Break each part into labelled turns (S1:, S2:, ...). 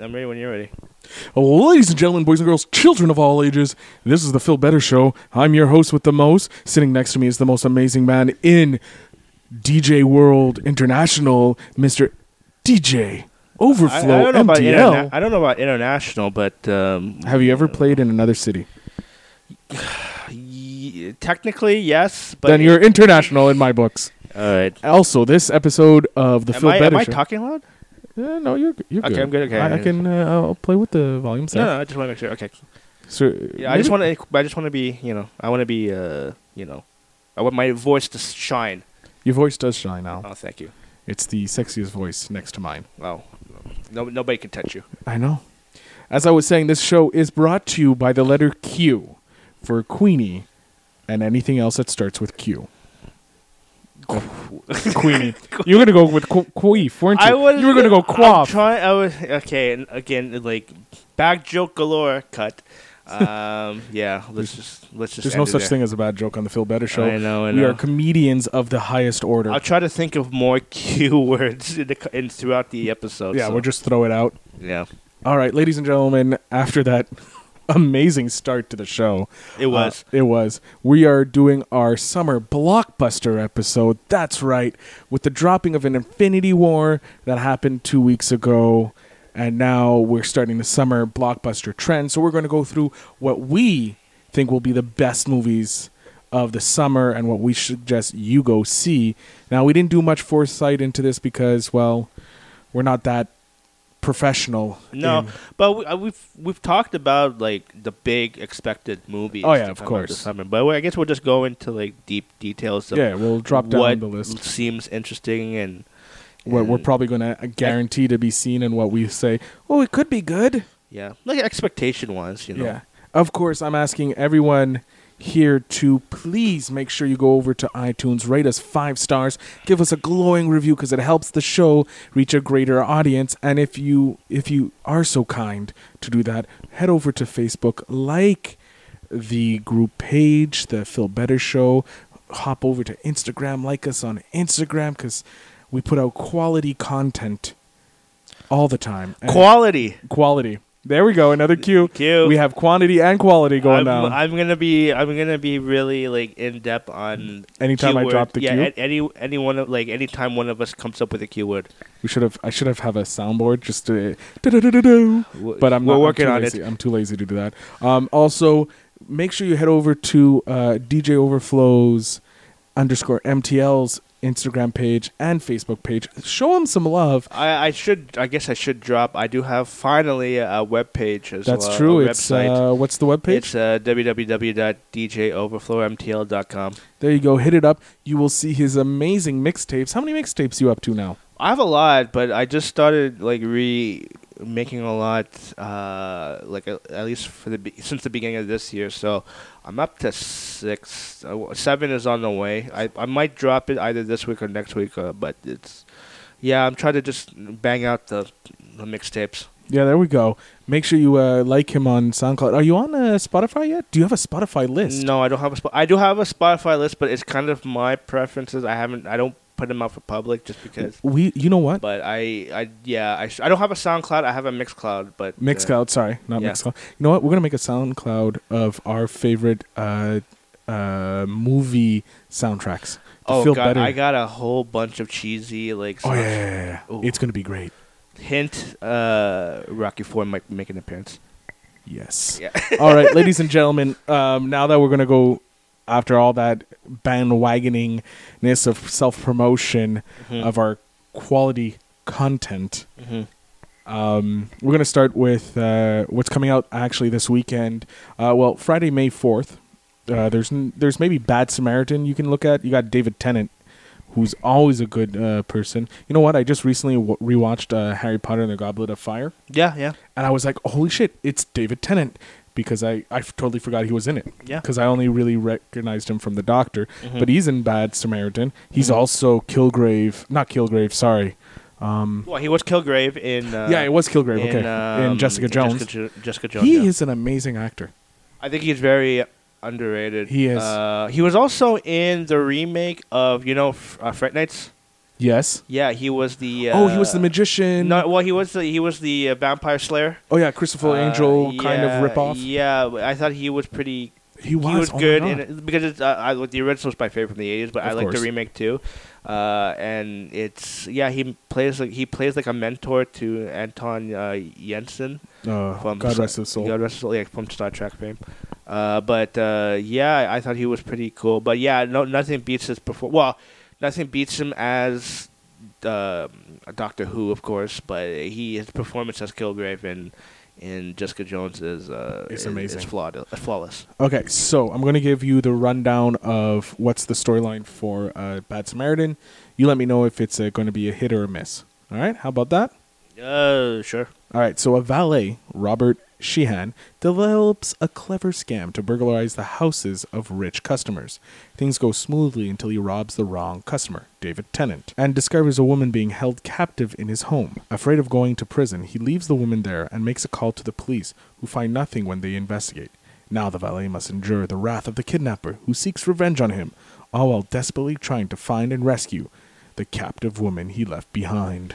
S1: I'm ready when you're ready.
S2: Well, ladies and gentlemen, boys and girls, children of all ages, this is the Phil Better Show. I'm your host with the most. Sitting next to me is the most amazing man in DJ World International, Mr. DJ
S1: I, I
S2: Overflow
S1: don't know about
S2: MTL.
S1: interna- I don't know about international, but um,
S2: Have you ever played in another city?
S1: y- technically yes. But
S2: then you're international in my books.
S1: all right.
S2: Also, this episode of the
S1: Am
S2: Phil
S1: I,
S2: Better
S1: am I
S2: Show.
S1: talking loud?
S2: Eh, no, you're you're
S1: Okay,
S2: good.
S1: I'm good, okay.
S2: I, I can uh, I'll play with the volume
S1: No,
S2: set.
S1: no, I just want to make sure. Okay.
S2: So,
S1: Yeah, I just
S2: maybe-
S1: want to. I just want to be. You know, I want to be. Uh, you know, I want my voice to shine.
S2: your voice does shine now.
S1: Oh, thank you.
S2: It's the sexiest voice next to mine.
S1: Wow. No, nobody can touch you.
S2: I know. As I was saying, this show is brought to you by the letter Q for Queenie and anything else that starts with Q. Queenie. you were going to go with qu- Queef, weren't you?
S1: I was.
S2: you were going to go
S1: I'm
S2: Quaff.
S1: Trying. I was okay. And again, like back joke galore. Cut. Um. yeah. Let's just. Let's just.
S2: There's no
S1: end it
S2: such
S1: there.
S2: thing as a bad joke on the Phil Better Show.
S1: I know, I
S2: We
S1: know.
S2: are comedians of the highest order.
S1: I'll try to think of more Q words in the co- in throughout the episode.
S2: yeah,
S1: so-
S2: we'll just throw it out.
S1: yeah.
S2: All right, ladies and gentlemen, after that amazing start to the show,
S1: It was.
S2: Uh, it was. We are doing our summer blockbuster episode. That's right, with the dropping of an Infinity War that happened two weeks ago, and now we're starting the summer blockbuster trend. So we're going to go through what we think will be the best movies of the summer and what we suggest you go see. Now we didn't do much foresight into this because, well, we're not that professional.
S1: No,
S2: in-
S1: but we, uh, we've we've talked about like the big expected movies.
S2: Oh, yeah,
S1: to
S2: of
S1: come out
S2: course.
S1: this summer. But we- I guess we'll just go into like deep details. Of
S2: yeah, we'll drop down
S1: what
S2: the list.
S1: seems interesting and
S2: what we're
S1: and-
S2: probably going to guarantee to be seen and what we say. Oh, it could be good.
S1: yeah, like expectation wise, you know.
S2: Yeah. Of course, I'm asking everyone here to please make sure you go over to iTunes, rate us five stars, give us a glowing review because it helps the show reach a greater audience. And if you if you are so kind to do that, head over to Facebook, like the group page, the Phil Better Show. Hop over to Instagram, like us on Instagram because we put out quality content all the time. And-
S1: Quality
S2: quality. There we go. Another cue.
S1: Cue.
S2: We have quantity and quality going
S1: I'm,
S2: now.
S1: I'm gonna be I'm gonna be really like in depth on
S2: Anytime I
S1: keyword-
S2: drop the
S1: yeah,
S2: cue?
S1: a- any any one of like anytime one of us comes up with a keyword.
S2: we should have. I should have have a soundboard just to. da-da-da-da-do. But I'm
S1: we're
S2: not, I'm
S1: working
S2: too
S1: on it.
S2: lazy. I'm too lazy to do that. Um, also, make sure you head over to uh, DJ Overflows underscore MTL's Instagram page and Facebook page. Show them some love.
S1: I, I should I guess I should drop. I do have finally a web page as
S2: That's
S1: well.
S2: true.
S1: A
S2: It's
S1: website.
S2: uh, what's the webpage?
S1: It's uh, www.djoverflowmtl.com.
S2: there you go. Hit it up. You will see his amazing mixtapes. How many mixtapes you up to now?
S1: I have a lot, but I just started like re making a lot, uh, like uh, at least for the be- since the beginning of this year. So I'm up to six, uh, w- seven is on the way. I I might drop it either this week or next week, uh, but it's yeah. I'm trying to just bang out the, the mixtapes.
S2: Yeah, there we go. Make sure you uh, like him on SoundCloud. Are you on uh, Spotify yet? Do you have a Spotify list?
S1: No, I don't have a spot. I do have a Spotify list, but it's kind of my preferences. I haven't. I don't put them out for public just because.
S2: We, you know what?
S1: But I, I yeah, I, sh- I don't have a SoundCloud. I have a Mixcloud, but uh,
S2: Mixcloud, sorry, not
S1: Yeah.
S2: Mixcloud. You know what? We're gonna make a SoundCloud of our favorite uh, uh, movie soundtracks. to
S1: oh
S2: feel
S1: god,
S2: better.
S1: I got a whole bunch of cheesy like
S2: oh
S1: sound-
S2: yeah, yeah, yeah, yeah.
S1: Ooh.
S2: it's gonna be great.
S1: hint. Uh, Rocky Four might make an appearance.
S2: Yes.
S1: Yeah.
S2: all right, ladies and gentlemen. Um, now that we're gonna go after all that bandwagoningness of self promotion
S1: Mhm.
S2: of our quality content.
S1: Mhm.
S2: Um, we're going to start with uh, what's coming out actually this weekend. Uh, well, Friday, May 4th. Uh, there's n- there's maybe Bad Samaritan you can look at. You got David Tennant, who's always a good uh, person. You know what? I just recently w- rewatched uh, Harry Potter and the Goblet of Fire,
S1: Yeah, yeah,
S2: and I was like, holy shit, it's David Tennant because I, I f- totally forgot he was in it.
S1: Yeah.
S2: Because I only really recognized him from The Doctor,
S1: Mhm.
S2: but he's in Bad Samaritan. He's
S1: Mhm.
S2: also Kilgrave, not Kilgrave, sorry.
S1: Well, he was Kilgrave in. Uh,
S2: Mm. yeah, it was Kilgrave.
S1: in,
S2: okay,
S1: um,
S2: in Jessica Jones.
S1: Jessica, Jo- Jessica Jones.
S2: He
S1: yeah.
S2: is an amazing actor.
S1: I think he's very underrated.
S2: He is.
S1: Uh, he was also in the remake of you know F- uh, Fright Nights.
S2: Yes.
S1: Yeah, he was the. Uh,
S2: oh, he was the magician.
S1: No, well, he was the he was the uh, vampire slayer.
S2: oh yeah, Christopher
S1: Uh,
S2: Angel kind
S1: yeah,
S2: of ripoff.
S1: Yeah, but I thought he was pretty.
S2: He was, oh my
S1: good
S2: God.
S1: and it, because it's uh, I, like, the original is my favorite from the '80s, but I
S2: Of
S1: like
S2: course.
S1: the remake too. Uh, and it's yeah, he plays like he plays like a mentor to Anton uh, Jensen
S2: Uh,
S1: from
S2: God
S1: Star-
S2: rest his soul.
S1: God rest his soul, yeah, from Star Trek fame. Uh, but uh, yeah, I thought he was pretty cool. But yeah, no, nothing beats his perform. Well, nothing beats him as uh, Doctor Who, of course. But he his performance as Kilgrave in in Jessica Jones is uh,
S2: It's
S1: is-
S2: amazing.
S1: Is flawed, uh, flawless.
S2: Okay, so I'm going to give you the rundown of what's the storyline for uh, Bad Samaritan. You let me know if it's uh, going to be a hit or a miss. All right, how about that?
S1: Uh, sure.
S2: All right, so a valet, Robert Sheehan, develops a clever scam to burglarize the houses of rich customers. Things go smoothly until he robs the wrong customer, David Tennant, and discovers a woman being held captive in his home. Afraid of going to prison, he leaves the woman there and makes a call to the police, who find nothing when they investigate. Now the valet must endure the wrath of the kidnapper, who seeks revenge on him, all while desperately trying to find and rescue the captive woman he left behind.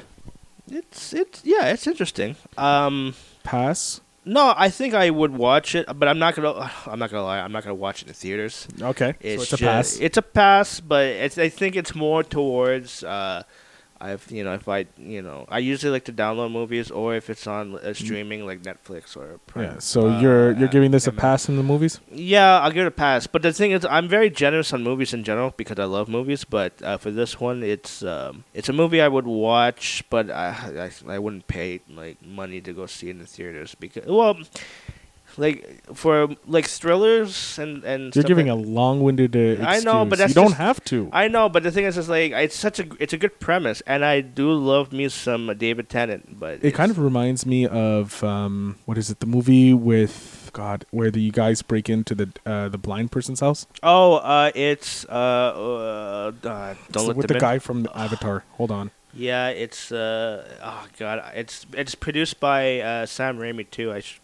S1: It's it's yeah, it's interesting. Um,
S2: Pass.
S1: no, I think I would watch it, but I'm not gonna. I'm not gonna lie. I'm not gonna watch it in theaters.
S2: Okay,
S1: It's,
S2: so it's a pass.
S1: It's a pass, but it's, I think it's more towards. Uh, I've you know if I you know I usually like to download movies or if it's on uh, streaming like Netflix or Prime.
S2: Mm. Yeah, so
S1: uh,
S2: you're you're giving this a
S1: Amazon.
S2: pass in the movies?
S1: Yeah, I'll give it a pass. But the thing is, I'm very generous on movies in general because I love movies. But uh, for this one, it's um, it's a movie I would watch, but I, I I wouldn't pay like money to go see it in the theaters because well, like for like thrillers and and
S2: You're
S1: stuff
S2: giving
S1: like-
S2: a long-winded uh, excuse.
S1: I know, but that's
S2: you don't
S1: just-
S2: have to.
S1: I know, but the thing is, it's like it's such a it's a good premise, and I do love me some David Tennant, but
S2: it kind of reminds me of um, what is it? The movie with God, where the guys break into the uh, the blind person's house
S1: oh, uh, it's uh, uh uh,
S2: It's
S1: don't let
S2: with
S1: them
S2: the
S1: in.
S2: guy from the Avatar. Hold on.
S1: Yeah, it's uh oh god, it's it's produced by uh, Sam Raimi too. I sh-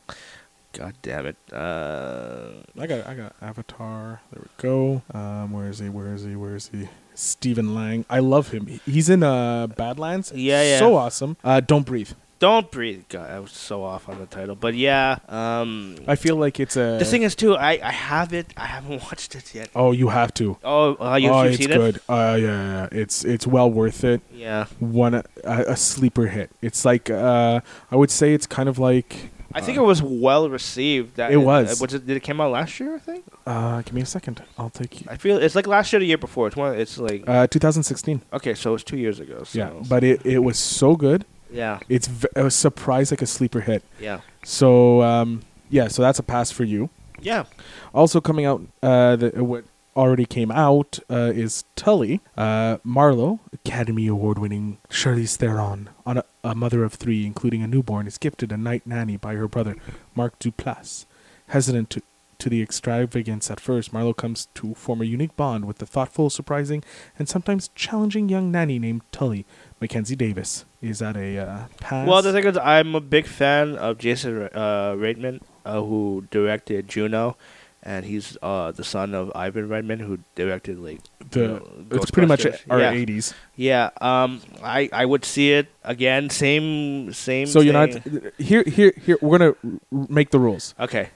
S1: god damn it. Uh,
S2: I got I got Avatar. There we go. Um, where is he? Where is he? Where is he? Stephen Lang. I love him. He- He's in uh, Badlands.
S1: Yeah, yeah.
S2: So awesome. Uh, don't breathe.
S1: don't breathe. God, I was so off on the title, but yeah. Um,
S2: I feel like it's a.
S1: the thing is too, I I have it. I haven't watched it yet.
S2: oh, you have to.
S1: Oh, uh, you,
S2: oh,
S1: you've
S2: it's
S1: seen
S2: good.
S1: it?
S2: Uh, yeah, yeah, yeah, it's it's well worth it.
S1: Yeah.
S2: One a, a sleeper hit. It's like uh, I would say it's kind of like.
S1: I think it was well received. That
S2: Uh, It was.
S1: Was it? uh, Did it came out last year? I think.
S2: Uh, give me a second. I'll take you.
S1: I feel it's like last year, or the year before. It's one. It's like
S2: Uh, 2016.
S1: okay, so it's two years ago. So.
S2: Yeah, but it, it was so good.
S1: yeah,
S2: It's v- a surprise like a sleeper hit.
S1: yeah,
S2: So um, yeah, so that's a pass for you.
S1: yeah.
S2: Also coming out, uh, the, what already came out uh, is Tully, uh, Marlowe, Academy Award-winning Charlize Theron, on a, a mother of three, including a newborn, is gifted a night nanny by her brother, Mark Duplass. Hesitant to to the extravagance at first, Marlowe comes to form a unique bond with the thoughtful, surprising, and sometimes challenging young nanny named Tully. Mackenzie Davis is that a uh, pass?
S1: Well, the thing is, I'm a big fan of Jason uh, Reitman, uh, who directed Juno, and he's uh, the son of Ivan Reitman, who directed like you
S2: The-
S1: know,
S2: it's pretty much
S1: Ghostbusters.
S2: our
S1: yeah.
S2: 80s.
S1: Yeah, um, I I would see it again. Same same.
S2: So you're not
S1: thing.
S2: here. Here, here. We're gonna r- make the rules.
S1: okay.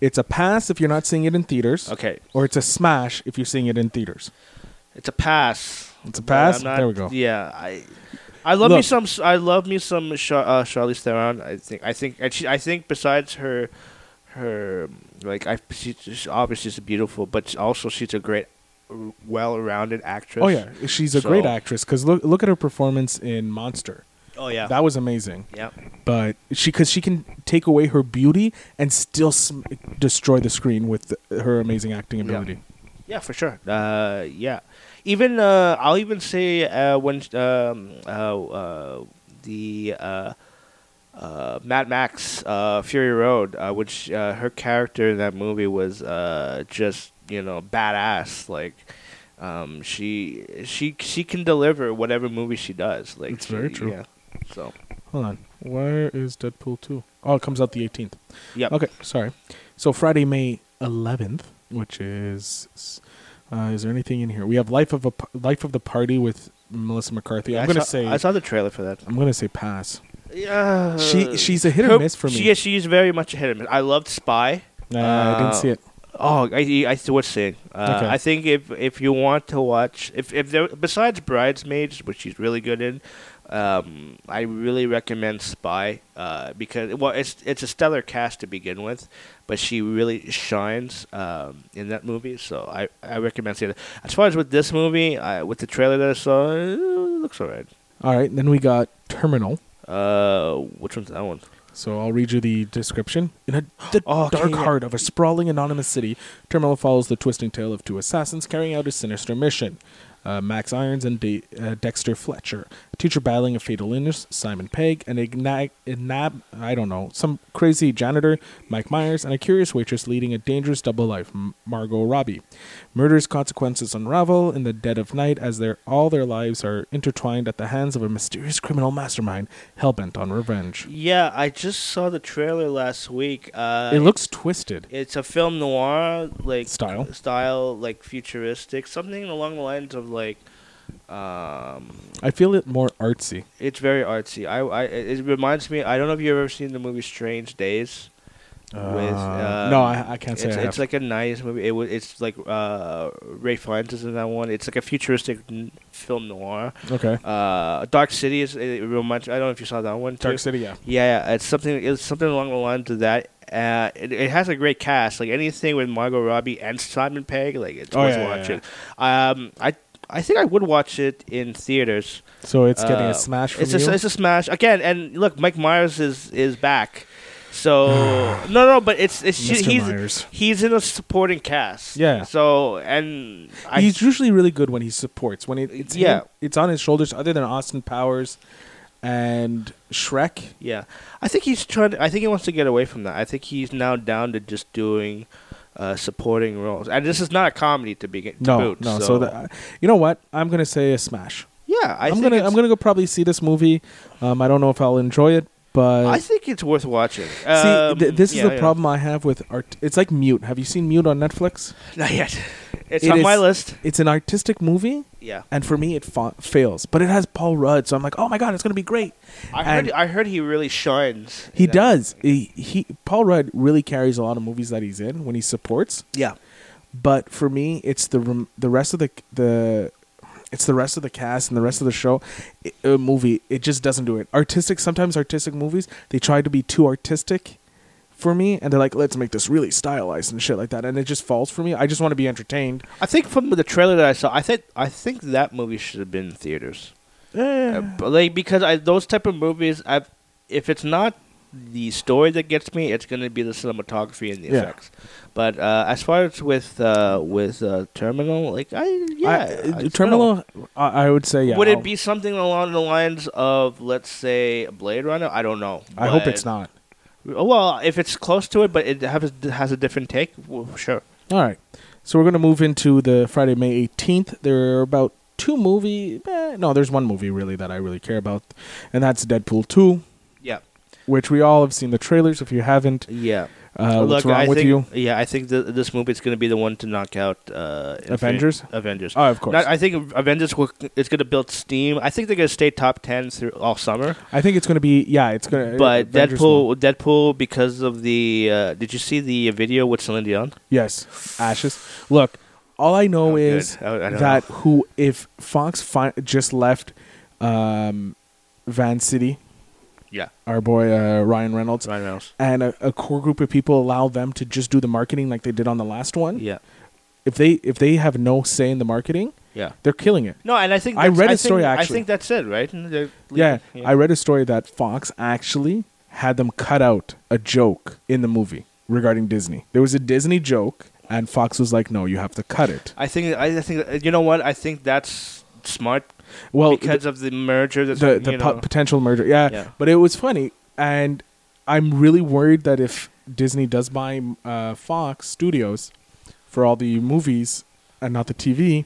S2: It's a pass if you're not seeing it in theaters.
S1: Okay,
S2: Or it's a smash if you're seeing it in theaters.
S1: it's a pass.
S2: It's a
S1: But I'm
S2: pass. there we go.
S1: Yeah, I, I love me
S2: Look.
S1: some. I love me some Char- uh, Charlize Theron. I think. I think. And she, I think besides her, her like I she, she's obviously she's beautiful, but also she's a great, well-rounded actress.
S2: Oh yeah, she's a
S1: So-
S2: great actress. Cause look, look at her performance in Monster.
S1: Oh yeah.
S2: That was amazing.
S1: yeah.
S2: But she, cause she can take away her beauty and still sm- destroy the screen with her amazing acting ability.
S1: Yeah, for sure. Uh, yeah, even uh, I'll even say uh, when um, uh, uh, the uh, uh, Mad Max uh, Fury Road, uh, which uh, her character in that movie was uh, just you know badass. Like um, she she she can deliver whatever movie she does. Like
S2: It's
S1: she-
S2: very true.
S1: Yeah. So
S2: Hold on, where is Deadpool two? Oh, it comes out the 18th.
S1: yeah.
S2: Okay, sorry. So Friday, May 11th, which is uh, is there anything in here? We have Life of a P- Life of the Party with Melissa McCarthy.
S1: I
S2: I'm gonna
S1: saw-
S2: say
S1: I saw the trailer for that.
S2: I'm gonna say pass.
S1: Yeah,
S2: She she's a hit or
S1: Her-
S2: miss for me.
S1: She, yeah, she's very much a hit or miss. I loved Spy. Um,
S2: Nah, I didn't see it.
S1: Oh, I I see what saying. Uh,
S2: Okay.
S1: I think if if you want to watch if if there besides Bridesmaids, which she's really good in, um, I really recommend Spy uh, because well, it's it's a stellar cast to begin with, but she really shines um, in that movie. So I I recommend seeing it. As far as with this movie, I, with the trailer that I saw, it looks alright.
S2: All right, then we got Terminal.
S1: Uh, which one's that one?
S2: So I'll read you the description. In a, the
S1: Oh, Okay,
S2: dark
S1: yeah.
S2: heart of a sprawling anonymous city, Terminal follows the twisting tale of two assassins carrying out a sinister mission. Uh, Max Irons and De- uh, Dexter Fletcher, a teacher battling a fatal illness, Simon Pegg, an igna- inab- I don't know, some crazy janitor, Mike Myers, and a curious waitress leading a dangerous double life, M- Margot Robbie. Murder's consequences unravel in the dead of night as their all their lives are intertwined at the hands of a mysterious criminal mastermind hellbent on revenge.
S1: Yeah, I just saw the trailer last week. Uh,
S2: it looks twisted.
S1: It's a film noir like
S2: Style.
S1: style like futuristic, something along the lines of like. Um,
S2: I feel it more artsy.
S1: it's very artsy. I, I it reminds me. I don't know if you've ever seen the movie Strange Days. with
S2: Uh,
S1: um,
S2: no, I, I can't say
S1: it's,
S2: I
S1: it's
S2: have.
S1: like a nice movie. It was. It's like uh, Ray Fiennes is in that one. It's like a futuristic n- film noir.
S2: okay.
S1: Uh, Dark City is. It reminds. I don't know if you saw that one. Too.
S2: Dark City, yeah.
S1: Yeah, yeah, it's something. It's something along the lines of that. Uh, it, it has a great cast. Like anything with Margot Robbie and Simon Pegg, like it's
S2: Oh,
S1: worth
S2: yeah, yeah,
S1: watching. Um, I I think I would watch it in theaters.
S2: So it's getting
S1: Uh,
S2: a smash from
S1: It's
S2: you.
S1: a, it's a smash again. And look, Mike Myers is is back. So no, no, but it's it's
S2: Mr.
S1: he's
S2: Myers.
S1: he's in a supporting cast.
S2: Yeah.
S1: So and I
S2: He's usually really good when he supports. When it, it's yeah,
S1: Yeah.
S2: it's on his shoulders. Other than Austin Powers and Shrek,
S1: Yeah, I think he's trying. To, I think he wants to get away from that. I think he's now down to just doing uh, supporting roles, and this is not a comedy to begin. To
S2: no,
S1: boot,
S2: no. So,
S1: so,
S2: that, you know what? I'm gonna say a smash.
S1: yeah, I
S2: I am
S1: think
S2: gonna
S1: it's,
S2: I'm gonna go probably see this movie. Um, I don't know if I'll enjoy it, but
S1: I think it's worth watching.
S2: see, th-
S1: Um,
S2: this
S1: yeah,
S2: is the
S1: yeah.
S2: problem I have with art. It's like Mute. Have you seen Mute on Netflix?
S1: Not yet. It's
S2: It
S1: on my
S2: is-
S1: list.
S2: It's an artistic movie.
S1: Yeah,
S2: and for me it fa- fails but it has paul rudd so i'm like oh my god it's going to be great
S1: I
S2: And-
S1: heard. I heard he really shines. in
S2: he
S1: that.
S2: does he, he paul rudd really carries a lot of movies that he's in when he supports
S1: Yeah,
S2: but for me it's the rem- the rest of the the it's the rest of the cast and the rest of the show i uh, movie it just doesn't do it artistic sometimes artistic movies they try to be too artistic for me and they're like let's make this really stylized and shit like that and it just falls for me i just want to be entertained
S1: I think from the trailer that I saw, I think I think that movie should have been in theaters. Uh,
S2: Eh.
S1: but, like because I those type of movies, I if it's not the story that gets me, it's gonna be the cinematography and the
S2: Yeah.
S1: effects. But uh, as far as with uh, with uh, Terminal, like I yeah,
S2: I- uh,
S1: it's been a while.
S2: terminal I, I would say yeah
S1: Would
S2: I'll-
S1: it be something along the lines of let's say Blade Runner? I don't know.
S2: i hope it's
S1: but- Oh,
S2: not
S1: Well, if it's close to it, but it has has a different take, well, sure.
S2: All right. So we're going to move into the Friday, May 18th. There are about two movie. eh, no, there's one movie really that I really care about, and that's Deadpool 2,
S1: Yeah,
S2: which we all have seen the trailers. If you haven't,
S1: yeah.
S2: uh, what's
S1: Look,
S2: wrong
S1: I
S2: with
S1: think,
S2: you?
S1: Yeah, I think th- this movie is going to be the one to knock out uh, Infinity-
S2: Avengers?
S1: Avengers.
S2: Oh, of course.
S1: Not- I think Avengers will, it's going to build steam. I think they're going to stay top ten through all summer.
S2: I think it's going to be. Yeah, it's uh, going to.
S1: But Deadpool, Deadpool, because of the, uh, did you see the video with Celine Dion?
S2: Yes, Ashes. Look, all I know
S1: Oh, good.
S2: is
S1: I- I don't
S2: that who if Fox fi- just left um, Van City,
S1: Yeah,
S2: our boy uh, Ryan Reynolds,
S1: Ryan Reynolds.
S2: and a, a core group of people allow them to just do the marketing like they did on the last one
S1: Yeah,
S2: if they if they have no say in the marketing
S1: yeah.
S2: they're killing it
S1: No, and I think
S2: I
S1: that's-
S2: read a
S1: think-
S2: story, actually.
S1: I think that's it, right? And they're
S2: yeah,
S1: leaving.
S2: i read a story that fox actually had them cut out a joke in the movie regarding disney there was a disney joke and fox was like no you have to cut it
S1: I think I I think uh, you know what I think that's smart
S2: well
S1: because of the merger. That's
S2: the, the
S1: you
S2: po-
S1: know.
S2: potential murder. Yeah.
S1: Yeah.
S2: but it was funny, and I'm really worried that if Disney does buy uh, Fox Studios for all the movies and not the TV,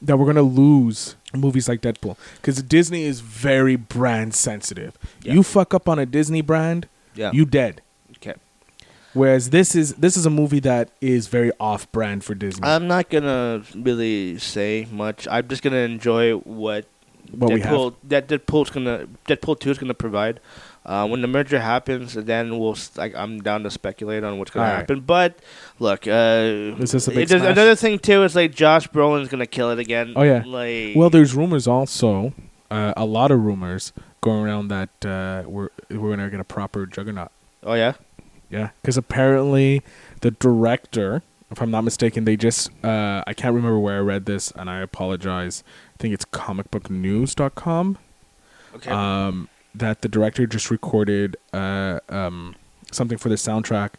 S2: that we're gonna lose movies like Deadpool because Disney is very brand sensitive.
S1: Yeah.
S2: You fuck up on a Disney brand,
S1: Yeah.
S2: you dead.
S1: okay.
S2: Whereas this is this is a movie that is very off brand for Disney.
S1: I'm not gonna really say much. I'm just gonna enjoy what
S2: what we have.
S1: Deadpool, that Deadpool's gonna Deadpool two is gonna provide. Uh, when the merger happens, then we'll s- like I'm down to speculate on what's gonna
S2: All right.
S1: happen. But look, uh,
S2: Is this a big
S1: it does-
S2: smash?
S1: another thing too is like Josh Brolin's gonna kill it again.
S2: Oh, yeah.
S1: like
S2: Well, there's rumors also, uh, a lot of rumors going around that uh, we're we're gonna get a proper Juggernaut.
S1: oh yeah,
S2: Yeah, because apparently the director, if I'm not mistaken, they just uh, I can't remember where I read this, and I apologize. I think it's comicbooknews.com.
S1: okay,
S2: Um, that the director just recorded uh, um, something for the soundtrack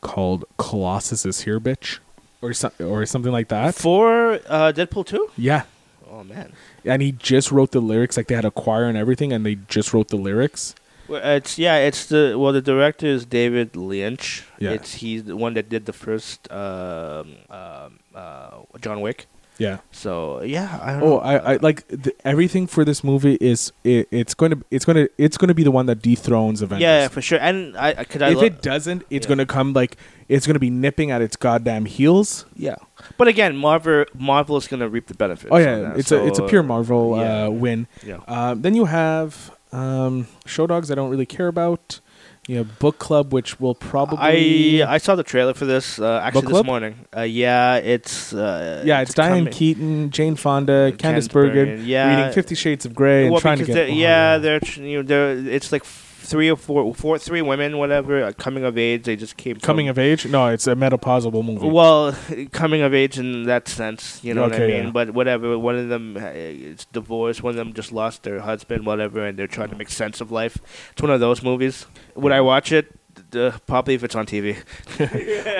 S2: called "Colossus is Here, Bitch," or so- or something like that.
S1: for uh, Deadpool two.
S2: yeah,
S1: Oh man,
S2: and he just wrote the lyrics like they had a choir and everything and they just wrote the lyrics
S1: well, it's yeah, it's the well the director is David Lynch.
S2: Yeah.
S1: it's he's the one that did the first um, um, uh, John Wick.
S2: yeah
S1: So yeah, I don't
S2: oh
S1: know.
S2: i, I like the, everything for this movie is it, it's going to it's going to it's going to be the one that dethrones avengers
S1: yeah, for sure. And I, I could I
S2: if
S1: lo-
S2: it doesn't it's
S1: yeah.
S2: going to come like it's going to be nipping at its goddamn heels
S1: Yeah, but again, Marvel Marvel is gonna reap the benefits.
S2: oh
S1: of
S2: yeah
S1: that,
S2: it's a it's a
S1: so,
S2: pure marvel
S1: yeah.
S2: uh, win
S1: Yeah.
S2: um, then you have um, show dogs i don't really care about you have book club which will probably
S1: I I saw the trailer for this uh, actually
S2: Book
S1: this
S2: club?
S1: morning. Uh, yeah, it's uh,
S2: yeah, it's, Diane
S1: coming.
S2: Keaton, Jane Fonda, Candice
S1: Candace
S2: Bergen,
S1: Bergen, yeah.
S2: reading Fifty Shades of Grey and
S1: Well,
S2: trying to
S1: because
S2: get.
S1: they're,
S2: oh,
S1: yeah, they're tr- you know they're it's like f- three or four four three women whatever uh, coming of age. They just came
S2: coming
S1: from,
S2: of age. No, it's a menopausal movie.
S1: Well, coming of age in that sense, you know what I
S2: Okay,
S1: mean.
S2: yeah.
S1: But whatever, one of them uh, is divorced, one of them just lost their husband, whatever, and they're trying to make sense of life. It's one of those movies. Would I watch it? D- uh, probably if it's on TV.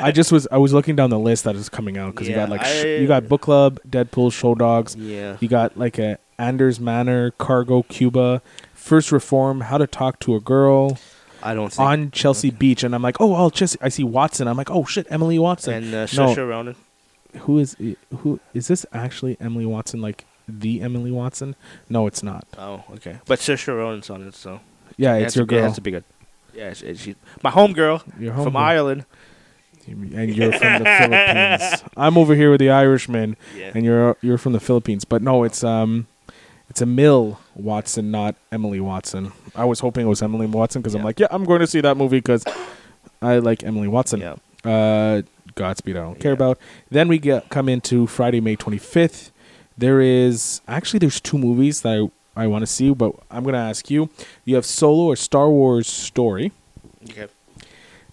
S2: I just was I was looking down the list that is coming out because you
S1: Yeah,
S2: got like sh-
S1: I-
S2: you got Book Club, Deadpool, Show Dogs.
S1: Yeah.
S2: You got like a Anders Manor, Cargo, Cuba, First Reform, How to Talk to a Girl
S1: I don't think.
S2: on Chelsea Beach, and I'm like, oh, I'll just I see Watson. I'm like, oh shit, Emily Watson.
S1: and uh,
S2: no,
S1: Saoirse Ronan.
S2: who is who is this actually Emily Watson? Like the Emily Watson? No, it's not.
S1: Oh, okay. But Saoirse Ronan's on it, so
S2: Yeah,
S1: It
S2: it's
S1: has
S2: your
S1: to be- it
S2: girl.
S1: has to be good. Yeah, it's, it's, she's my homegirl
S2: Your
S1: from
S2: homegirl.
S1: Ireland.
S2: and you're from the Philippines. I'm over here with the Irishman,
S1: Yeah.
S2: and you're you're from the Philippines. But no, it's um, it's Emil Watson, not Emily Watson. I was hoping it was Emily Watson because I'm
S1: Yeah.
S2: like, yeah, I'm going to see that movie because I like Emily Watson.
S1: Yeah.
S2: Uh, Godspeed, I don't care
S1: Yeah.
S2: about. Then we get come into Friday, May 25th. There is actually there's two movies that I I want to see, but I'm gonna ask you. You have Solo or Star Wars Story,
S1: Okay.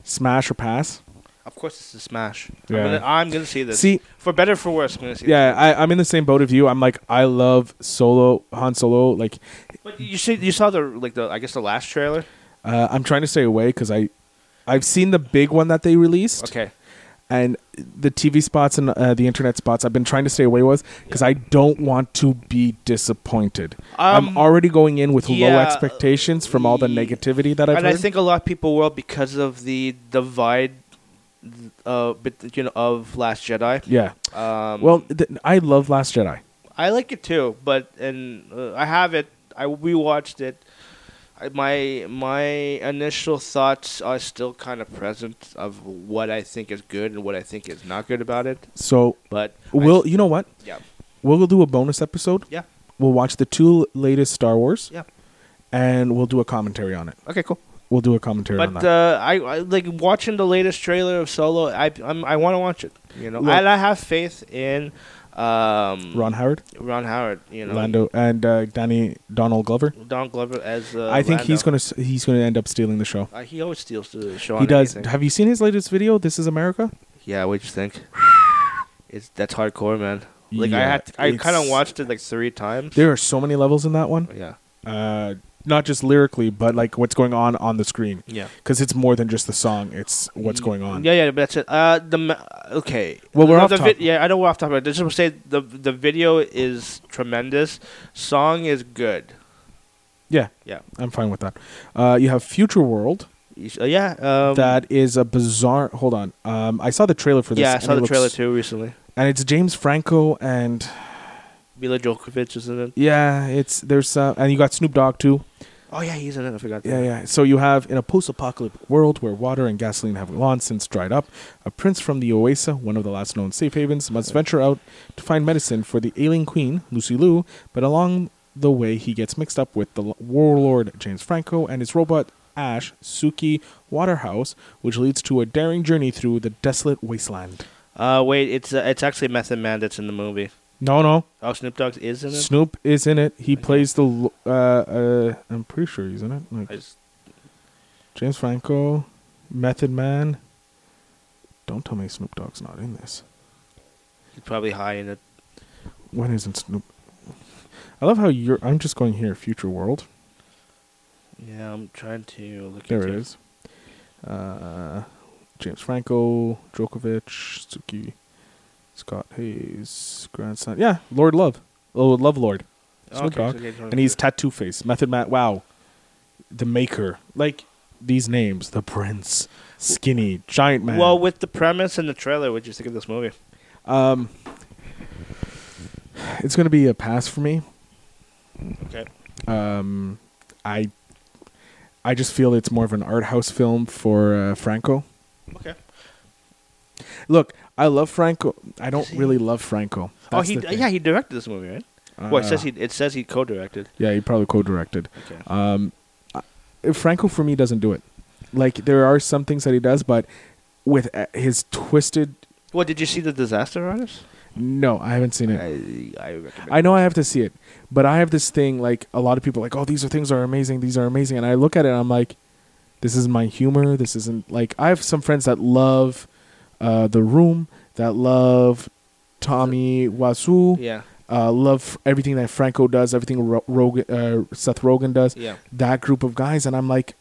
S2: Smash or Pass.
S1: Of course, it's a smash.
S2: Yeah.
S1: I'm, gonna, I'm gonna see this.
S2: See,
S1: for better or for worse, I'm gonna see.
S2: yeah, I, I'm in the same boat of you. I'm like, I love Solo, Han Solo. Like,
S1: this. But you see, you saw the like the I guess the last trailer.
S2: uh, I'm trying to stay away because I, I've seen the big one that they released,
S1: Okay.
S2: and the TV spots and uh, the internet spots. I've been trying to stay away with because I don't want to be disappointed. I'm
S1: Um,
S2: already going in with low
S1: yeah,
S2: expectations from all the
S1: ye-
S2: negativity that I've
S1: and
S2: heard.
S1: I think a lot of people will because of the divide, uh, bet- you know, of Last Jedi.
S2: yeah.
S1: Um,
S2: Well, th- I love Last Jedi.
S1: I like it too, but and uh, I have it. I rewatched it. I, my my initial thoughts are still kind of present of what I think is good and what I think is not good about it.
S2: So,
S1: But I-
S2: we'll you know what?
S1: yeah,
S2: We'll do a bonus episode.
S1: yeah,
S2: We'll watch the two latest Star Wars,
S1: yeah.
S2: and we'll do a commentary on it.
S1: Okay, cool.
S2: We'll do a commentary on
S1: But
S2: that.
S1: uh, I, I like watching the latest trailer of Solo. I I'm, I want to watch it. You know,
S2: Look-
S1: and I have faith in um,
S2: Ron Howard,
S1: Ron Howard. You know,
S2: Lando, and uh, Danny Donald Glover.
S1: Don Glover as uh,
S2: I think he's
S1: Lando.
S2: gonna s- he's gonna end up stealing the show.
S1: Uh, he always steals the show. on
S2: he does.
S1: anything.
S2: Have you seen his latest video? This is America.
S1: Yeah, what you think? It's that's hardcore, man. Like I
S2: Yeah,
S1: had, to, I kind
S2: it's-
S1: of watched it like three times.
S2: There are so many levels in that one.
S1: Oh, Yeah,
S2: Uh, not just lyrically, but like what's going on on the screen.
S1: yeah.
S2: Because it's more than just the song; it's what's going on.
S1: Yeah, yeah, but that's it. Uh, the ma- okay.
S2: Well, we're
S1: No,
S2: off
S1: the
S2: topic.
S1: yeah, I know we're off topic. I just want to say the the video is tremendous. Song is good.
S2: Yeah,
S1: Yeah,
S2: I'm fine with that. Uh, you have Future World.
S1: You s- uh, yeah. Um,
S2: that is a bizarre. Hold on. Um, I saw the trailer for this.
S1: yeah, I
S2: and
S1: saw
S2: it
S1: the trailer
S2: looks-
S1: too recently.
S2: And it's James Franco and
S1: Mila Djokovic is in it.
S2: yeah, it's there's uh, and you got Snoop Dogg too.
S1: Oh yeah, he's in it. I forgot.
S2: Yeah, yeah. So you have in a post-apocalyptic world where water and gasoline have long since dried up, a prince from the Oasa, one of the last known safe havens, must venture out to find medicine for the ailing queen, Lucy Liu, but along the way he gets mixed up with the l- warlord James Franco and his robot Ash Suki Waterhouse, which leads to a daring journey through the desolate wasteland.
S1: Uh, wait, it's uh, it's actually Method Man that's in the movie.
S2: No, no,
S1: Oh, Snoop Dogg is in it.
S2: Snoop is in it. He
S1: Okay.
S2: plays the. l- Uh, uh, I'm pretty sure he's in it.
S1: I
S2: Like
S1: just-
S2: James Franco, Method Man. Don't tell me Snoop Dogg's not in this.
S1: he's probably high in it.
S2: When isn't Snoop? I love how you're. I'm just going here. Future World.
S1: Yeah, I'm trying to look.
S2: There it
S1: into
S2: is. Uh, James Franco, Djokovic, Suki, Scott Hayes, grandson. Yeah, Lord Love. Oh, Love Lord. Snoop Dogg.
S1: Oh, so he's one of
S2: and he's
S1: the-
S2: Tattoo Face, Method Matt. Wow, the Maker. Like these names: the Prince, Skinny, Giant Man.
S1: Well, with the premise and the trailer, what'd you think of this movie?
S2: um, it's gonna be a pass for me.
S1: Okay.
S2: Um, I, I just feel it's more of an art house film for uh, Franco.
S1: Okay.
S2: Look, I love Franco. I don't
S1: Is he-
S2: really love Franco.
S1: Oh,
S2: That's
S1: he
S2: the thing. Uh,
S1: yeah he directed this movie, right? well, it says he it says he co-directed. Uh,
S2: Yeah, he probably co-directed.
S1: Okay.
S2: Um, I- Franco for me doesn't do it. Like there are some things that he does, but with uh, his twisted.
S1: well, did you see the Disaster Artist?
S2: No, I haven't seen it.
S1: I I recommend.
S2: I know I have to see it, but I have this thing like a lot of people are like, oh, these are things are amazing, these are amazing, and I look at it, and I'm like, this isn't my humor. This isn't like I have some friends that love uh, the Room, that love Tommy Wasu,
S1: Yeah.
S2: uh, love everything that Franco does, everything Ro- Rogan, uh, Seth Rogen does.
S1: Yeah.
S2: That group of guys, and I'm like,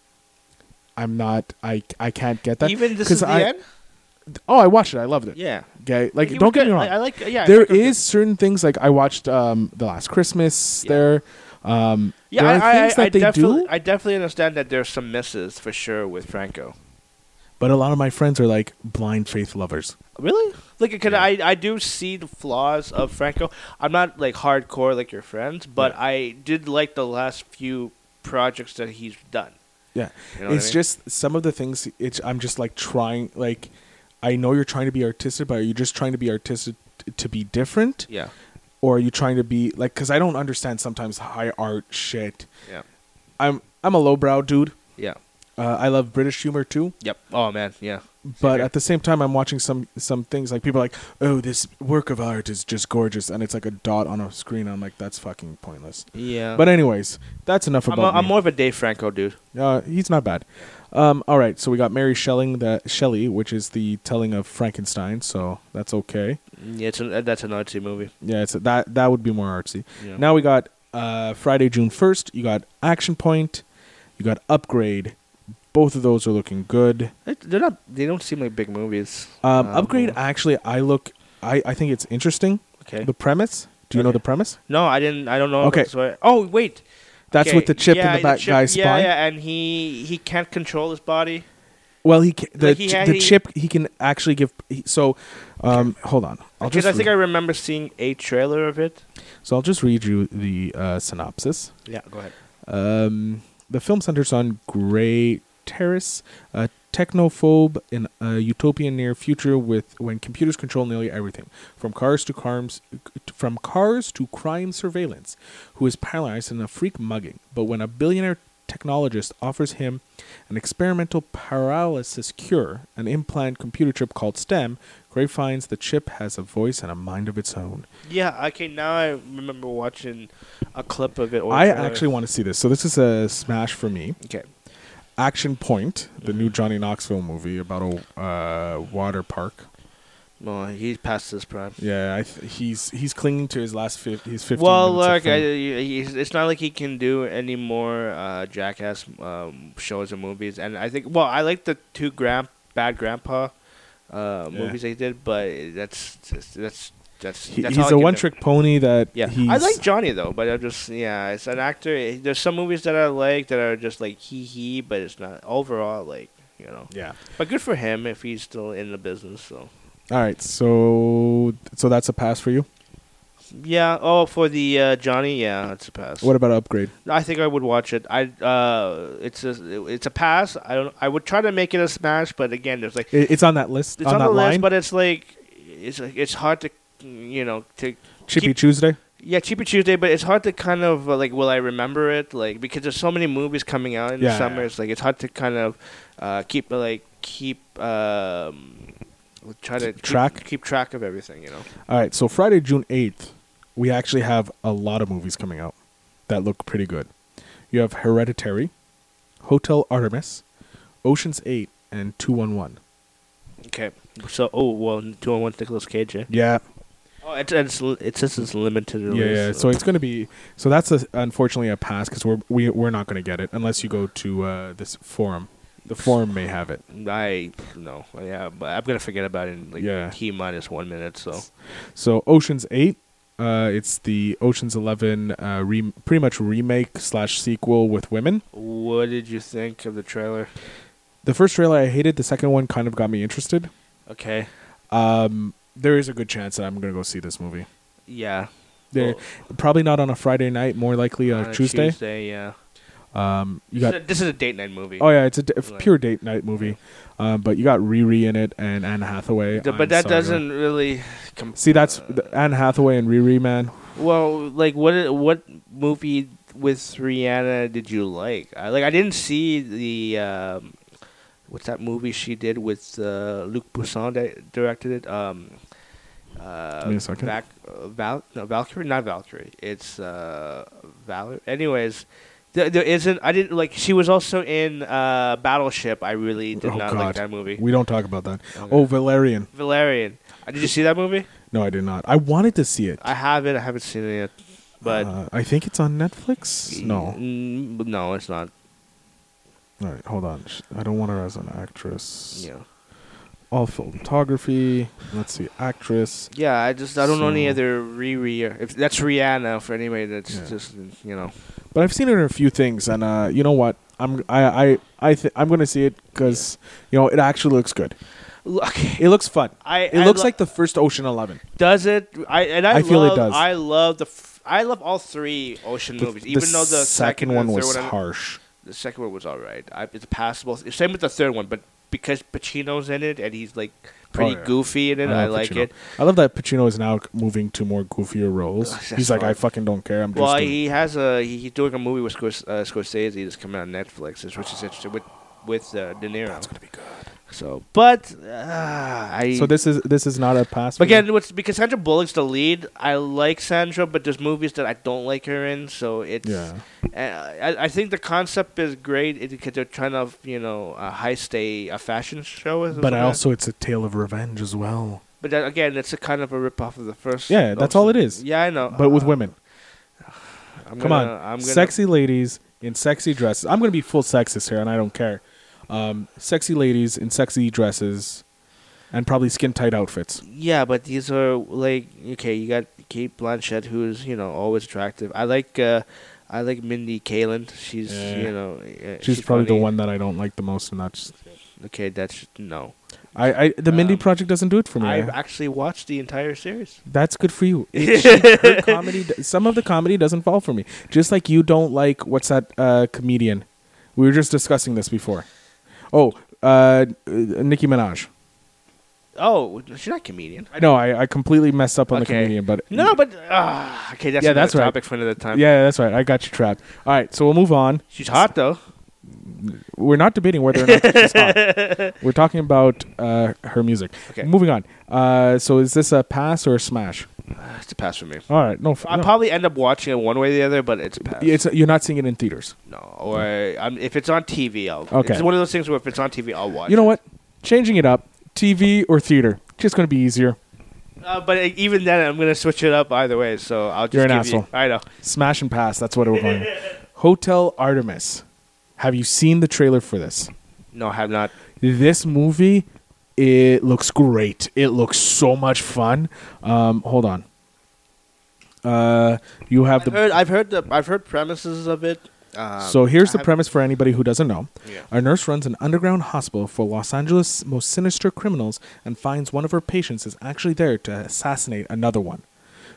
S2: I'm not, I, I can't get that.
S1: Even this
S2: 'Cause
S1: is the
S2: I-
S1: end.
S2: Oh, I watched it. I loved it.
S1: Yeah.
S2: Okay, like
S1: He was
S2: don't get
S1: good.
S2: me wrong.
S1: I, I like. Yeah. I
S2: there
S1: like-
S2: is certain things like I watched um, the Last Christmas.
S1: Yeah.
S2: There, um,
S1: Yeah,
S2: there
S1: I,
S2: are
S1: I,
S2: things
S1: I,
S2: that they
S1: definitely,
S2: do,
S1: I definitely understand that there's some misses for sure with Franco.
S2: but a lot of my friends are like blind faith lovers.
S1: Really? Like, cause I, I do see the flaws of Franco. I'm not like hardcore like your friends, but I did like the last few projects that he's done.
S2: Yeah,
S1: You know what I
S2: it's
S1: mean?
S2: just some of the things. It's I'm just like trying. Like I know you're trying to be artistic, but are you just trying to be artistic t- to be different?
S1: Yeah,
S2: or are you trying to be like because i don't understand sometimes high art shit
S1: yeah,
S2: i'm i'm a lowbrow dude
S1: yeah.
S2: uh, i love british humor too
S1: Yep. Oh man, yeah.
S2: but
S1: here.
S2: at the same time i'm watching some some things like people are like oh this work of art is just gorgeous and it's like a dot on a screen i'm like that's fucking pointless
S1: Yeah.
S2: but anyways that's enough
S1: I'm,
S2: about
S1: a, I'm
S2: me.
S1: more of a Dave Franco dude.
S2: Uh, he's not bad. Um, all right, so we got Mary Shelling the Shelley, which is the telling of Frankenstein, so that's okay.
S1: Yeah, it's an, that's an artsy movie.
S2: Yeah, it's that that would be more artsy.
S1: Yeah.
S2: Now we got uh, Friday, June first. You got Action Point. You got Upgrade. Both of those are looking good.
S1: It- they're not. They don't seem like big movies.
S2: Um, Upgrade.
S1: but-
S2: Actually, I look. I, I think it's interesting.
S1: Okay.
S2: The premise. Do you know
S1: Okay.
S2: the premise?
S1: No, I didn't. I don't know.
S2: Okay.
S1: That's why- oh wait.
S2: That's
S1: Okay,
S2: with the chip
S1: yeah,
S2: in the back
S1: chip-
S2: guy's
S1: yeah,
S2: spine.
S1: Yeah, and he he can't control his body.
S2: Well, he ca- the
S1: Like he
S2: ch-
S1: had-
S2: the
S1: he-
S2: chip he can actually give. He, so, um, hold on. I'll
S1: Because
S2: just
S1: I think I
S2: read-
S1: remember seeing a trailer of it.
S2: so I'll just read you the uh, synopsis.
S1: Yeah, go ahead.
S2: Um, the film centers on Grey Terrace, a technophobe in a utopian near future with when computers control nearly everything, from cars to crimes, from cars to crime surveillance, who is paralyzed in a freak mugging. But when a billionaire technologist offers him an experimental paralysis cure, an implant computer chip called STEM, Gray finds the chip has a voice and a mind of its own.
S1: Yeah, okay. Now I remember watching a clip of it. or
S2: I
S1: trailer.
S2: actually want to see this, so this is a smash for me.
S1: Okay.
S2: Action Point, the new Johnny Knoxville movie about a uh, water park.
S1: Well, he's past his prime.
S2: Yeah, I th- he's he's clinging to his last fif- his fifteen.
S1: Well,
S2: minutes of
S1: look, I,
S2: fame.
S1: he's, it's not like he can do any more uh, jackass um, shows and movies. And I think, well, I like the two grand, bad grandpa uh,
S2: Yeah.
S1: movies they did, but that's that's that's that's,
S2: He-
S1: that's all I
S2: he's
S1: can
S2: a
S1: do.
S2: one trick pony that
S1: Yeah,
S2: he's,
S1: I like Johnny though, but I'm just yeah, it's an actor. There's some movies that I like that are just like hee hee, but it's not overall like you know.
S2: Yeah.
S1: But good for him if he's still in the business. So
S2: All right, so so that's a pass for you.
S1: yeah. Oh, for the uh, Johnny, yeah, it's a pass.
S2: What about upgrade?
S1: I think I would watch it. I uh, it's a it's a pass. I don't. I would try to make it a smash, but again, there's like
S2: I- It's on that list.
S1: it's on,
S2: that
S1: the
S2: line.
S1: list, but it's like it's like it's hard to you know to
S2: Chippy
S1: keep-
S2: Tuesday.
S1: Yeah, Cheaper Tuesday, but it's hard to kind of uh, like, will I remember it? Like, because there's so many movies coming out in
S2: Yeah,
S1: the
S2: yeah,
S1: summer,
S2: yeah.
S1: it's like it's hard to kind of uh, keep uh, like keep um, try to keep-
S2: Track?
S1: keep, track of everything, you know.
S2: All right, so Friday, June 8th, we actually have a lot of movies coming out that look pretty good. You have Hereditary, Hotel Artemis, Ocean's 8, and 211.
S1: Okay, so oh well, two on one Nicholas Cage. Eh?
S2: Yeah.
S1: Oh, it's, it's li- it says it's limited
S2: Yeah,
S1: release.
S2: yeah. So it's going to be so that's a, unfortunately a pass cuz we're we, we're not going to get it unless you go to uh, this forum. The forum may have it.
S1: I no, yeah, but I'm gonna forget about it. In, like,
S2: Yeah.
S1: he minus one minute. So
S2: So Ocean's Eight, uh, it's the Ocean's Eleven uh, re- pretty much remake slash sequel with women.
S1: what did you think of the trailer?
S2: The first trailer I hated. The second one kind of got me interested.
S1: Okay,
S2: There is a good chance that I'm gonna go see this movie.
S1: yeah,
S2: There,
S1: Well-
S2: probably not on a Friday night, more likely
S1: on
S2: Oh. a
S1: a
S2: Tuesday.
S1: Tuesday, yeah.
S2: Um,
S1: This
S2: you got
S1: is a- this is a date night movie.
S2: oh yeah, it's a d-
S1: Like-
S2: pure date night movie, um, but you got Riri in it and Anne Hathaway.
S1: D-
S2: I'm
S1: but that
S2: sorry.
S1: doesn't Uh, really. Com-
S2: see that's the, Anne Hathaway and Riri man.
S1: well, like what what movie with Rihanna did you like? I, like I didn't see the um, what's that movie she did with uh, Luc Besson that directed it. Um, uh,
S2: Give me a second.
S1: Vac- uh, Val- no, Valkyrie, not Valkyrie. It's uh, Valor. Anyways, there, there isn't. I didn't like. She was also in uh, Battleship. I really did
S2: Oh,
S1: not
S2: God.
S1: like that movie.
S2: We don't talk about that.
S1: Okay.
S2: Oh, Valerian.
S1: Valerian. Uh, Did you see that movie?
S2: No, I did not. I wanted to see it.
S1: I haven't. I haven't seen it yet. But
S2: Uh, I think it's on Netflix. No,
S1: Mm, no, it's not.
S2: all right, hold on. Sh- I don't want her as an actress.
S1: Yeah,
S2: All photography. Let's see, actress.
S1: yeah. I just I don't know any
S2: So-
S1: other Riri. Or, if that's Rihanna for anybody that's
S2: Yeah.
S1: just you know.
S2: But I've seen her in a few things, and uh, you know what? I'm I I I th- I'm gonna see it because you know it actually looks good.
S1: Look,
S2: It looks fun.
S1: I
S2: It
S1: I
S2: looks
S1: lo-
S2: like the first Ocean Eleven.
S1: does it. I and I,
S2: I feel it
S1: love-
S2: does.
S1: I love the. F- I love all three Ocean
S2: The,
S1: movies,
S2: the
S1: even though the
S2: second,
S1: and
S2: one
S1: the third
S2: was
S1: I-
S2: harsh.
S1: The second one was all right. I, it's passable. Same with the third one, but because Pacino's in it and he's like pretty
S2: Oh, yeah.
S1: goofy in it, I,
S2: love
S1: like
S2: Pacino.
S1: it.
S2: I love that Pacino is now moving to more goofier roles.
S1: That's
S2: He's like,
S1: right.
S2: I fucking don't care. I'm just.
S1: Well,
S2: doing-
S1: he has a he- he's doing a movie with Scors- uh, Scorsese that's coming on Netflix, which is interesting with with uh, De Niro.
S2: that's gonna be good.
S1: So, but uh, I
S2: So this is this is not a pass. for
S1: But
S2: you?
S1: again, what's because Sandra Bullock's the lead. I like Sandra, but there's movies that I don't like her in. So it's
S2: Yeah.
S1: uh, I, I think the concept is great because they're trying to you know uh, heist a, a fashion show. or
S2: But I
S1: something.
S2: also it's a tale of revenge as well.
S1: but then again, it's a kind of a rip off of the first.
S2: Yeah, that's all it is.
S1: Yeah, I know.
S2: But with
S1: Uh,
S2: women.
S1: I'm
S2: Come
S1: gonna-
S2: on,
S1: I'm gonna,
S2: sexy ladies in sexy dresses. I'm gonna be full sexist here, and I don't care. Um, sexy ladies in sexy dresses, and probably skin tight outfits.
S1: Yeah, but these are like okay. You got Kate Blanchett, who's you know always attractive. I like uh, I like Mindy Kaling. She's
S2: Yeah.
S1: you know uh,
S2: She's, probably
S1: funny.
S2: the one that I don't like the most, and that's
S1: Okay, that's no.
S2: I. I the Mindy
S1: Um,
S2: Project doesn't do it for me.
S1: I've actually watched the entire series.
S2: that's good for you. It- she- her comedy, d- some of the comedy doesn't fall for me. Just like you don't like what's that uh, comedian? We were just discussing this before. Oh, uh, Nicki Minaj.
S1: Oh, she's not a comedian.
S2: I know I, I completely messed up on the
S1: Okay.
S2: comedian, but
S1: No, but uh, okay, that's
S2: Yeah,
S1: yeah,
S2: that's
S1: that's
S2: right.
S1: topic for another time.
S2: Yeah, that's right. I got you trapped. All right, so we'll move on.
S1: she's hot though.
S2: We're not debating whether or not she's hot. We're talking about uh, her music.
S1: Okay.
S2: Moving on. Uh, so is this a pass or a smash?
S1: It's a pass for me.
S2: All right. No. f-
S1: I'll
S2: Oh, no.
S1: probably end up watching it one way or the other, but it's a pass.
S2: It's you're not seeing it in theaters.
S1: no, or um, if it's on TV, I'll.
S2: Okay.
S1: It's one of those things where if it's on TV, I'll watch.
S2: You know
S1: it.
S2: what? Changing it up, TV or theater, just going to be easier.
S1: Uh, but uh, even then, I'm gonna switch it up either way. So I'll just
S2: You're an
S1: give
S2: asshole.
S1: you. I know.
S2: Smash and pass. That's what we're going. Hotel Artemis. Have you seen the trailer for this?
S1: No, I have not.
S2: this movie it looks great it looks so much fun um hold on uh you have
S1: I've
S2: the
S1: heard. I've heard the. I've heard premises of it. Um,
S2: so here's
S1: I
S2: the
S1: haven't-
S2: premise for anybody who doesn't know
S1: Yeah.
S2: a nurse runs an underground hospital for los angeles most sinister criminals and finds one of her patients is actually there to assassinate another one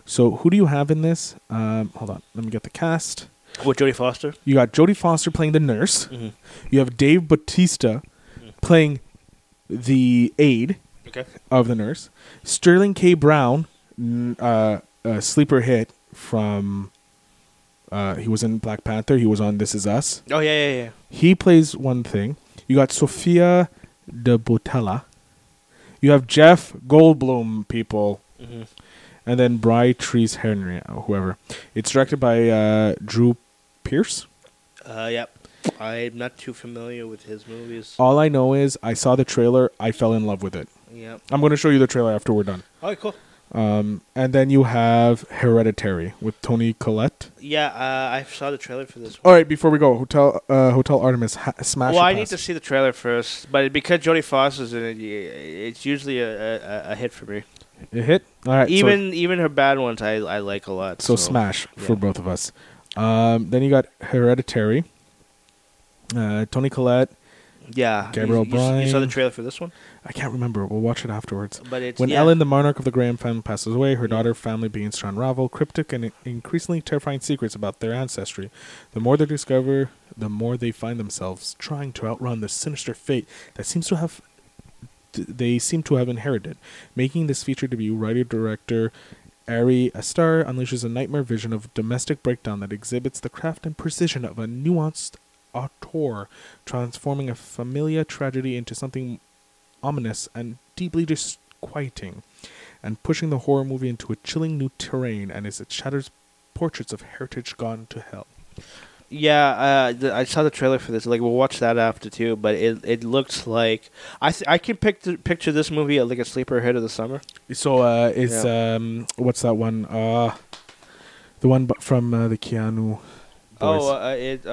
S2: so who do you have in this um hold on let me get the cast
S1: With Jodie Foster.
S2: you got Jodie Foster playing the nurse.
S1: Mm-hmm.
S2: You have Dave Bautista playing the aide
S1: Okay.
S2: of the nurse. Sterling K. Brown, n- uh, uh, sleeper hit from. Uh, he was in Black Panther. He was on This Is Us.
S1: Oh yeah, yeah, yeah.
S2: He plays one thing. You got Sofia de Botella. You have Jeff Goldblum, people.
S1: Mm-hmm.
S2: And then Bry Trees Henry, or whoever. It's directed by uh, Drew Pierce.
S1: Uh, yep. I'm not too familiar with his movies.
S2: All I know is I saw the trailer. I fell in love with it.
S1: Yep.
S2: I'm going to show you the trailer after we're done.
S1: Oh, cool.
S2: Um, and then you have Hereditary with Tony Collette.
S1: Yeah, uh, I saw the trailer for this. one.
S2: All right, before we go, Hotel uh, Hotel Artemis, ha- smash.
S1: Well,
S2: or
S1: I need
S2: pass?
S1: to see the trailer first, but because Jodie Foster's in it, y- it's usually a, a, a hit for me.
S2: It hit. All right, so-
S1: even even her bad ones, I, I like a lot.
S2: So, smash for
S1: yeah.
S2: both of us. Um, then you got Hereditary. Uh, Tony Collette.
S1: Yeah, You-
S2: Gabriel
S1: you, s- You, saw the
S2: Bryan.
S1: trailer for this one,
S2: I can't remember. We'll watch it afterwards.
S1: but it's
S2: When
S1: yeah.
S2: Ellen, the monarch of the Graham family, passes away, her
S1: Yeah.
S2: daughter family begins to unravel cryptic and increasingly terrifying secrets about their ancestry. The more they discover, the more they find themselves trying to outrun the sinister fate that seems to have th- they seem to have inherited. Making this feature debut, writer director Ari Astar unleashes a nightmare vision of domestic breakdown that exhibits the craft and precision of a nuanced auteur, transforming a familiar tragedy into something ominous and deeply disquieting, and pushing the horror movie into a chilling new terrain and as it shatters portraits of heritage gone to hell.
S1: Yeah, uh, th- I saw the trailer for this. Like, we'll watch that after too. But it it looks like I th- I can pick picture this movie at like a sleeper hit of the summer.
S2: So uh, it's
S1: Yeah.
S2: um, what's that one? Uh, the one bu- from uh, the Keanu. Boys.
S1: Oh, uh, it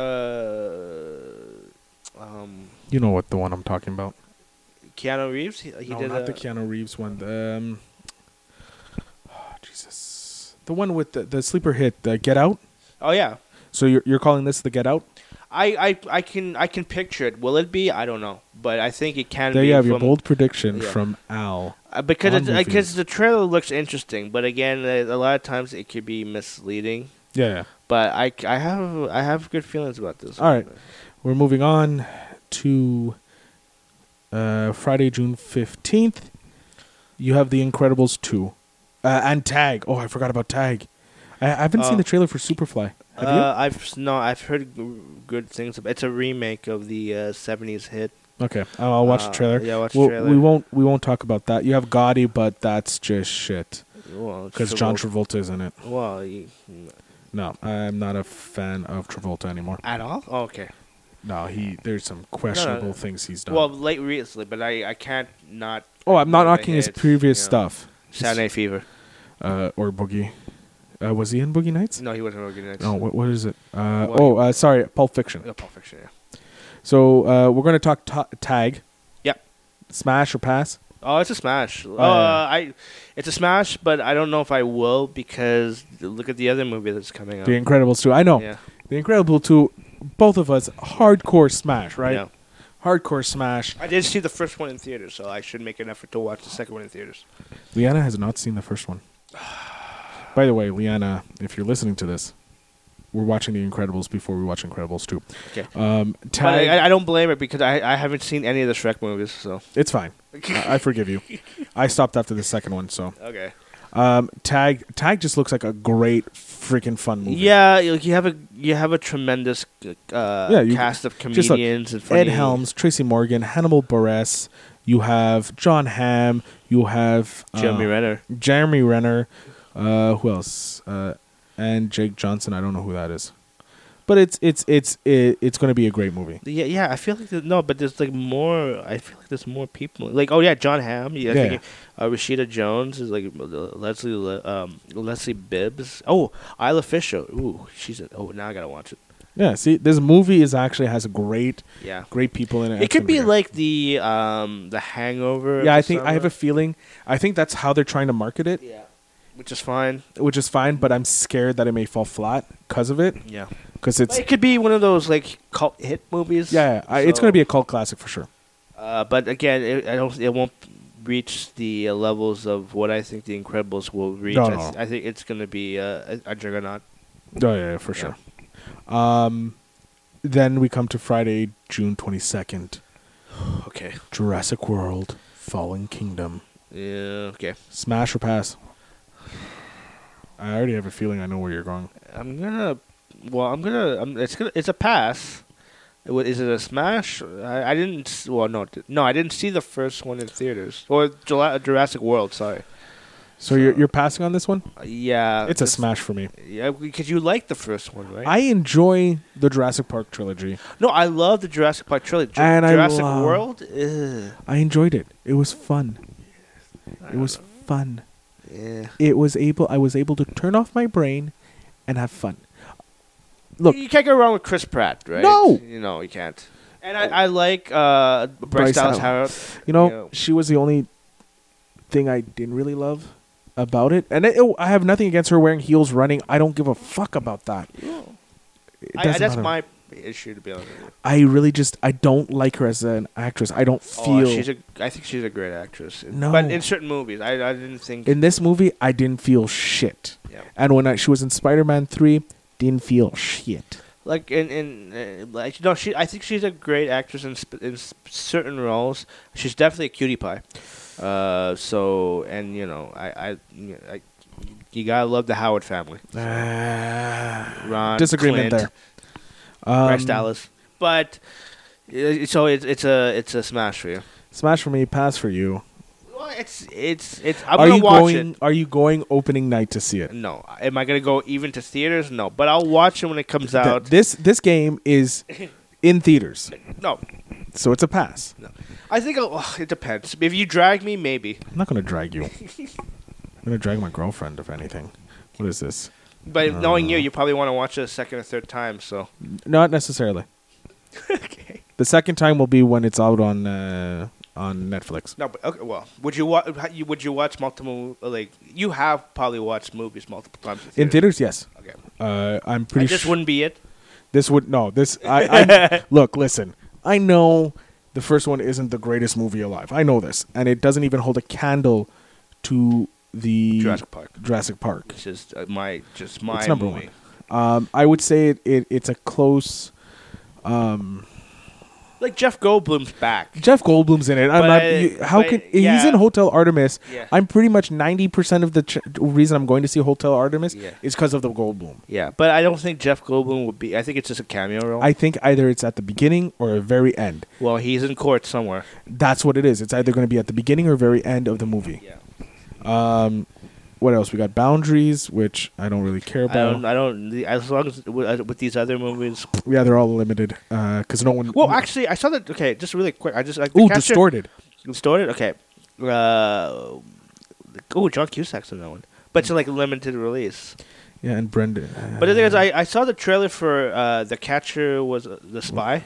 S1: uh, um,
S2: you know what the one I'm talking about.
S1: Keanu Reeves. He, he
S2: no,
S1: did
S2: not
S1: a-
S2: the Keanu Reeves one. The, um, oh, Jesus, the one with the, the sleeper hit, the Get Out.
S1: Oh yeah,
S2: So you're you're calling this the Get Out?
S1: I, I I can I can picture it. Will it be? I don't know, but I think it can.
S2: There
S1: be
S2: you have your
S1: from-
S2: bold prediction
S1: Yeah.
S2: from Al.
S1: Uh, because
S2: Bond
S1: it's, uh,
S2: movies.
S1: 'cause the trailer looks interesting, but again, uh, a lot of times it could be misleading.
S2: Yeah, yeah.
S1: But I, I have I have good feelings about this.
S2: All right.
S1: one.
S2: We're moving on to uh, Friday, June fifteenth. You have The Incredibles two, uh, and Tag. Oh, I forgot about Tag. I, I haven't
S1: Oh.
S2: seen the trailer for Superfly. Have
S1: Uh, I've s- no, I've heard g- good things. About, it's a remake of the uh, '70s hit.
S2: you? Okay, I'll, I'll watch
S1: Uh,
S2: the trailer.
S1: yeah, watch the
S2: we'll,
S1: trailer.
S2: We won't. We won't talk about that. You have Gotti, but that's just shit
S1: Well, it's
S2: because John
S1: Travol-
S2: Travolta is in it.
S1: Well, you,
S2: No, I'm not a fan of Travolta anymore.
S1: at all? Oh, okay.
S2: No, he. There's some questionable things he's done.
S1: Well, late recently, but I, I can't not
S2: oh, I'm not
S1: I
S2: knocking his
S1: hate,
S2: previous
S1: yeah.
S2: stuff.
S1: Saturday Night Fever.
S2: uh, or Boogie. Uh, was he in Boogie Nights?
S1: No, he wasn't organized.
S2: No. What, what is it? Uh,
S1: Why?
S2: oh, uh, sorry, Pulp Fiction.
S1: Yeah, Pulp Fiction. Yeah.
S2: So uh, we're gonna talk ta tag,
S1: Yep.
S2: smash or pass.
S1: Oh, it's a smash. Uh,
S2: yeah.
S1: I, it's a smash, but I don't know if I will because look at the other movie that's coming out.
S2: The Incredibles two. I know.
S1: Yeah.
S2: The Incredible two. Both of us hardcore smash, right?
S1: Yeah.
S2: Hardcore smash.
S1: I did see the first one in theaters, so I should make an effort to watch the second one in theaters.
S2: Liana has not seen the first one. By the way, Liana, if you're listening to this, we're watching The Incredibles before we watch Incredibles two.
S1: Okay.
S2: Um,
S1: But I,
S2: tag.
S1: I- I don't blame it because I, I haven't seen any of the Shrek movies, so
S2: it's fine. I, I forgive you. I stopped after the second one, so.
S1: okay.
S2: Um, Tag Tag just looks like a great freaking fun movie.
S1: Yeah, you you have a you have a tremendous uh,
S2: you-
S1: cast of
S2: just look,
S1: comedians and funny,
S2: Ed Helms, Tracy Morgan, Hannibal Buress. You have John Hamm. You have uh,
S1: Jeremy Renner.
S2: Jeremy Renner. Uh, who else? Uh, and Jake Johnson. I don't know who that is, but it's it's it's it, it's going to be a great movie.
S1: Yeah, yeah. I feel like there- no, but there's like more. I feel like there's more people. Like oh yeah, John Hamm. Yeah, I
S2: Yeah.
S1: think, uh, Rashida Jones is like uh, Leslie Le- um, Leslie Bibbs. Oh, Isla Fisher. Ooh, she's a, oh now I gotta watch it.
S2: Yeah. See, this movie is actually has great
S1: Yeah,
S2: great people in it.
S1: it
S2: It's
S1: could
S2: gonna
S1: be
S2: good.
S1: like the um the Hangover. of
S2: yeah. I
S1: the
S2: think I have a
S1: summer.
S2: feeling. I think that's how they're trying to market it,
S1: yeah, which is fine.
S2: which is fine. But I'm scared that it may fall flat because of it.
S1: Yeah,
S2: Because it's
S1: it could be one of those like cult hit movies.
S2: Yeah, I, it's going
S1: So-
S2: to be a cult classic for sure.
S1: Uh, but again, it, I don't. It won't reach the uh, levels of what I think the Incredibles will reach.
S2: No,
S1: I,
S2: no,
S1: th-
S2: no.
S1: I think it's going to be uh, a, a juggernaut.
S2: Oh, yeah, yeah, for
S1: Yeah.
S2: sure. Um, then we come to Friday, June 22nd.
S1: Okay.
S2: Jurassic World, Fallen Kingdom.
S1: Yeah. Okay.
S2: Smash or pass? I already have a feeling I know where you're going.
S1: I'm gonna. Well, I'm gonna. I'm, it's gonna. It's a pass. It wa- Is it a smash? I, I didn't. s- Well, no, d- no, I didn't see the first one in theaters or Jula- Jurassic World. Sorry.
S2: So, you're, you're passing on this one?
S1: Uh, Yeah,
S2: It's a smash for me.
S1: Yeah, because you like the first one, right?
S2: I enjoy the Jurassic Park trilogy.
S1: no, I love the Jurassic Park trilogy. Ju-
S2: And I
S1: Jurassic
S2: love-
S1: World. Ugh.
S2: I enjoyed it. It was fun.
S1: I
S2: It was fun.
S1: Yeah.
S2: It was able. I was able to turn off my brain, and have fun. Look,
S1: you can't go wrong with Chris Pratt, right?
S2: No.
S1: you know you can't. And I, I like uh, Bryce,
S2: Bryce
S1: Dallas Howard.
S2: Howard. you know,
S1: Yeah.
S2: she was the only thing I didn't really love about it. And it, it- I have nothing against her wearing heels running. I don't give a fuck about that. It
S1: I, I-
S2: doesn't
S1: that's
S2: matter.
S1: my issue to be honest. With you.
S2: I really just I don't like her as an actress. I don't
S1: Oh,
S2: feel
S1: she's a. I think she's a great actress.
S2: No.
S1: but in certain movies, I, I didn't think.
S2: in this movie. I didn't feel shit.
S1: yeah.
S2: And when I, she was in Spider Man three, didn't feel shit.
S1: Like in in uh, like no, she. I think she's a great actress in sp- in s- certain roles. She's definitely a cutie pie. Uh, so and you know, I I, I you gotta love the Howard family. Ron
S2: Ah. Disagreement
S1: Clint,
S2: there.
S1: Bryce
S2: Um,
S1: Dallas, but. uh, So it's it's a it's a smash for you.
S2: Smash for me, pass for you.
S1: Well, it's it's it's. I'm
S2: are
S1: gonna
S2: you
S1: watch it.
S2: going? Are you going opening night to see it?
S1: No. Am I gonna go even to theaters? No. But I'll watch it when it comes
S2: Th-
S1: out.
S2: This this game is in theaters,
S1: no.
S2: so it's a pass.
S1: No. I think I'll, ugh, it depends. If you drag me, maybe.
S2: I'm not gonna drag you. I'm gonna drag my girlfriend, if anything. What is this?
S1: But knowing you, you probably want to watch it a second or third time. So.
S2: Not necessarily.
S1: okay.
S2: The second time will be when it's out on uh, on Netflix.
S1: No, but okay. Well, would you watch? Would you watch multiple? Like you have probably watched movies multiple times
S2: In theaters, yes.
S1: Okay.
S2: Uh, I'm pretty.
S1: This just
S2: su-
S1: wouldn't be it.
S2: This would no. This I, I look. Listen, I know the first one isn't the greatest movie alive. I know this, and it doesn't even hold a candle to the
S1: Jurassic Park.
S2: Jurassic Park.
S1: It's just uh, my just my
S2: it's number
S1: movie.
S2: one. Um, I would say it, it. It's a close.
S1: Like Jeff Goldblum's back.
S2: Jeff Goldblum's in it. I'm
S1: But-
S2: not. You, how
S1: but,
S2: can he's
S1: yeah.
S2: in Hotel Artemis?
S1: Yeah.
S2: I'm pretty much ninety percent of the ch- reason I'm going to see Hotel Artemis
S1: Yeah.
S2: is because of the Goldblum.
S1: yeah, but I don't think Jeff Goldblum would be. I think it's just a cameo role.
S2: I think either it's at the beginning or the very end.
S1: well, he's in court somewhere.
S2: That's what it is. It's either going to be at the beginning or very end of the movie.
S1: Yeah.
S2: What else? We got boundaries, which I don't really care
S1: I don't.
S2: about.
S1: I don't. the- As long as with, with these other movies.
S2: Yeah, they're all limited because no one.
S1: Well, actually, I saw that. Okay, just really quick. I just like
S2: ooh, distorted.
S1: Distorted. Okay. Uh, oh, John Cusack's in that one, but it's like limited release.
S2: Yeah, and Brendan. Uh,
S1: But the thing is, I, I saw the trailer for uh, the Catcher was a, the spy.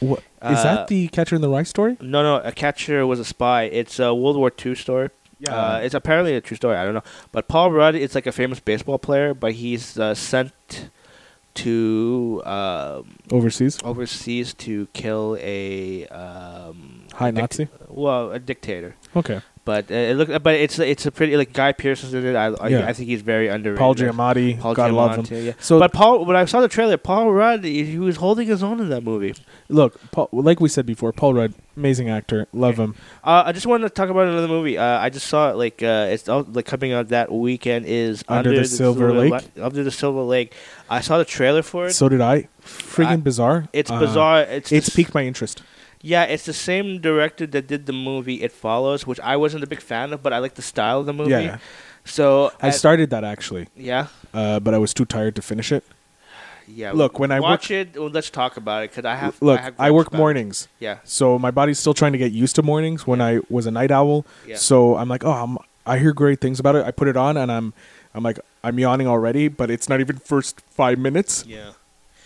S2: what, is
S1: uh,
S2: that the Catcher in the Rye story?
S1: No, no, a Catcher was a spy. It's a World War II story.
S2: Yeah.
S1: Uh, it's apparently a true story. I don't know, but Paul Rudd is like a famous baseball player, but he's uh, sent to um,
S2: Overseas,
S1: overseas to kill a um,
S2: Hi,
S1: a dic-
S2: Nazi?
S1: well, a dictator.
S2: okay.
S1: But uh, it look, but it's it's a pretty like Guy Pearson's in it. I I,
S2: Yeah.
S1: I think he's very underrated.
S2: Paul Giamatti,
S1: Paul
S2: God love
S1: Giamatti,
S2: him.
S1: yeah.
S2: So,
S1: but Paul, when I saw the trailer, Paul Rudd, he, he was holding his own in that movie.
S2: look, Paul, like we said before, Paul Rudd, amazing actor, love him.
S1: Uh, I just wanted to talk about another movie. Uh, I just saw it like uh, it's all, like coming out that weekend is
S2: Under the Silver Lake?
S1: Li- Under the Silver Lake. I saw the trailer for it.
S2: So did I. Friggin'
S1: I-
S2: bizarre.
S1: it's
S2: Uh,
S1: bizarre. It's
S2: It's
S1: the s-
S2: piqued my interest.
S1: Yeah, it's the same director that did the movie It Follows, which I wasn't a big fan of, but I like the style of the movie.
S2: Yeah.
S1: So
S2: I started that actually,
S1: Yeah.
S2: uh, but I was too tired to finish it.
S1: Yeah.
S2: Look, when I
S1: watch it, well, let's talk about it because I have.
S2: Look,
S1: have
S2: I work
S1: gripes about it.
S2: mornings.
S1: Yeah.
S2: So my body's still trying to get used to mornings when I was a night owl.
S1: Yeah.
S2: So I'm like, oh, I'm, I hear great things about it. I put it on and I'm, I'm like, I'm yawning already, but it's not even first five minutes
S1: Yeah.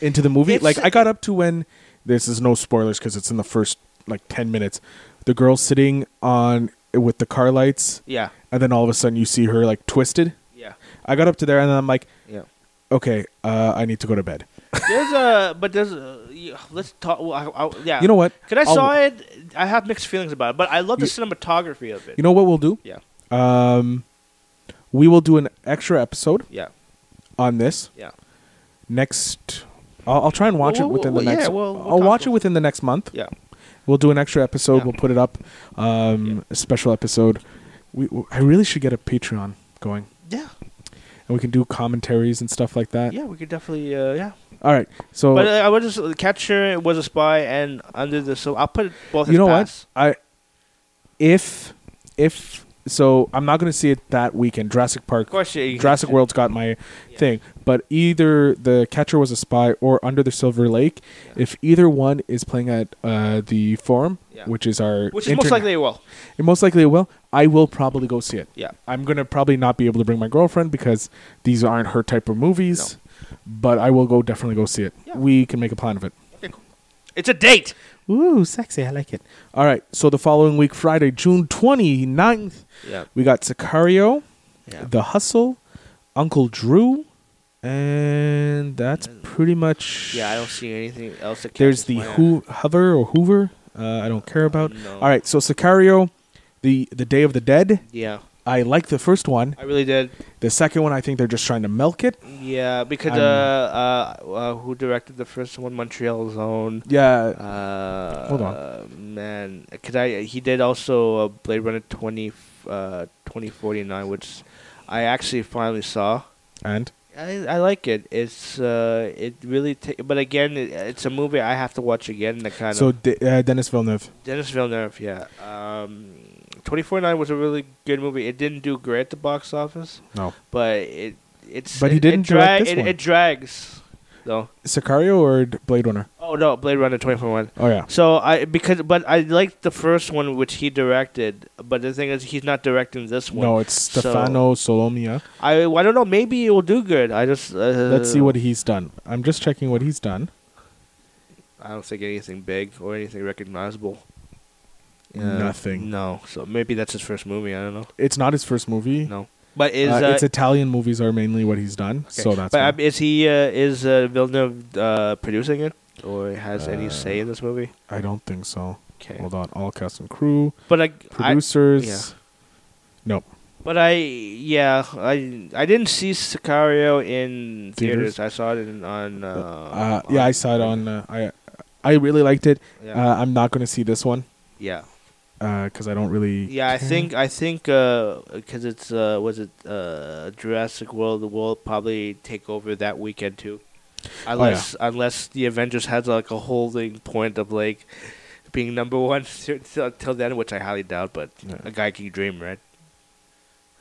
S2: into the movie.
S1: It's-
S2: like I got up to when this is no spoilers because it's in the first like ten minutes. The girl sitting on with the car lights,
S1: Yeah.
S2: and then all of a sudden you see her like twisted.
S1: Yeah.
S2: I got up to there and I'm like,
S1: Yeah.
S2: okay, uh, I need to go to bed.
S1: There's a, but there's a. yeah, Let's talk. Well, I, I, yeah.
S2: You know what?
S1: Because I
S2: I'll-
S1: saw it, I have mixed feelings about it, but I love the
S2: You-
S1: cinematography of it.
S2: You know what we'll do?
S1: Yeah.
S2: Um, we will do an extra episode
S1: Yeah.
S2: on this
S1: Yeah.
S2: next. I'll, I'll try and watch
S1: Well,
S2: it
S1: well,
S2: within
S1: well,
S2: the
S1: yeah,
S2: next.
S1: well, we'll
S2: I'll
S1: talk
S2: watch it
S1: about-
S2: within the next month.
S1: Yeah.
S2: We'll do an extra episode.
S1: Yeah.
S2: We'll put it up. Um, a special episode. We, w- I really should get a Patreon going,
S1: Yeah.
S2: and and we can do commentaries and stuff like that.
S1: Yeah, we could definitely. Uh, yeah,
S2: All right. So
S1: but uh, I was just catcher was a spy and under the so I'll put both.
S2: you
S1: as
S2: know
S1: pass.
S2: what? I if if so, I'm not gonna see it that weekend. Jurassic Park.
S1: Of course, yeah, you-
S2: Jurassic World's got my
S1: Yeah.
S2: thing, but either the Catcher was a spy or Under the Silver Lake.
S1: Yeah.
S2: If either one is playing at uh, the Forum,
S1: Yeah.
S2: which is our
S1: which is most
S2: internet-
S1: likely it will.
S2: and most likely it will. I will probably go see it.
S1: Yeah.
S2: I'm gonna probably not be able to bring my girlfriend because these aren't her type of movies. But I will go definitely go see it.
S1: Yeah.
S2: We can make a plan of it.
S1: It's a date.
S2: Ooh, sexy. I like it. All right. So the following week, Friday, June 29th,
S1: Yeah.
S2: we got Sicario,
S1: Yeah.
S2: The Hustle, Uncle Drew, and that's pretty much.
S1: Yeah, I don't see anything else. That catches
S2: There's the
S1: my eye.
S2: Hoo- Hover or Hoover. Uh, I don't care about.
S1: no.
S2: All right. So Sicario, the the Day of the Dead.
S1: Yeah,
S2: I like the first one.
S1: I really did.
S2: The second one, I think they're just trying to milk it.
S1: Yeah, because
S2: I'm-
S1: uh, uh, uh, who directed the first one, Montreal Zone?
S2: Yeah.
S1: Uh,
S2: Hold on.
S1: man. Cause I he did also uh, Blade Runner 20, uh, 2049, which I actually finally saw.
S2: And
S1: I, I like it. It's uh, it really. Ta- but again, it, it's a movie I have to watch again. The kind
S2: so
S1: of
S2: D- uh, Dennis Villeneuve.
S1: Dennis Villeneuve. Yeah. Um, twenty forty nine was a really good movie. It didn't do great at the box office,
S2: No.
S1: but it it's.
S2: But he
S1: it- it
S2: didn't direct this
S1: it,
S2: one.
S1: it drags, though.
S2: Sicario or D- Blade Runner?
S1: Oh no, Blade Runner twenty forty one.
S2: Oh yeah.
S1: So I because but I liked the first one which he directed, but the thing is he's not directing this one.
S2: No, it's
S1: So-
S2: Stefano Solomia.
S1: I I don't know. Maybe it will do good. I just uh,
S2: Let's see what he's done. I'm just checking what he's done.
S1: I don't think anything big or anything recognizable.
S2: Nothing.
S1: No. So maybe that's his first movie. I don't know.
S2: It's not his first movie.
S1: No. But is
S2: Uh,
S1: uh,
S2: it's Italian movies are mainly what he's done.
S1: okay.
S2: So that's.
S1: but
S2: why.
S1: um, is he uh, is uh, Villeneuve uh, producing it or has any say in this movie?
S2: I don't think so.
S1: Okay.
S2: Uh, Hold on. All cast and crew,
S1: but like I,
S2: producers. No.
S1: But I yeah I I didn't see Sicario in
S2: Theaters?
S1: theaters. I saw it in, on. Uh,
S2: Uh, yeah, I saw it on. Uh, I I really liked it.
S1: Yeah.
S2: Uh, I'm not going to see this one
S1: yeah,
S2: because I don't really.
S1: yeah. I
S2: care.
S1: think I think because it's uh, was it uh, Jurassic World will probably take over that weekend too,
S2: Oh,
S1: unless unless the Avengers has like a holding point of like being number one till, till then, which I highly doubt. But
S2: Yeah.
S1: a guy can dream, right?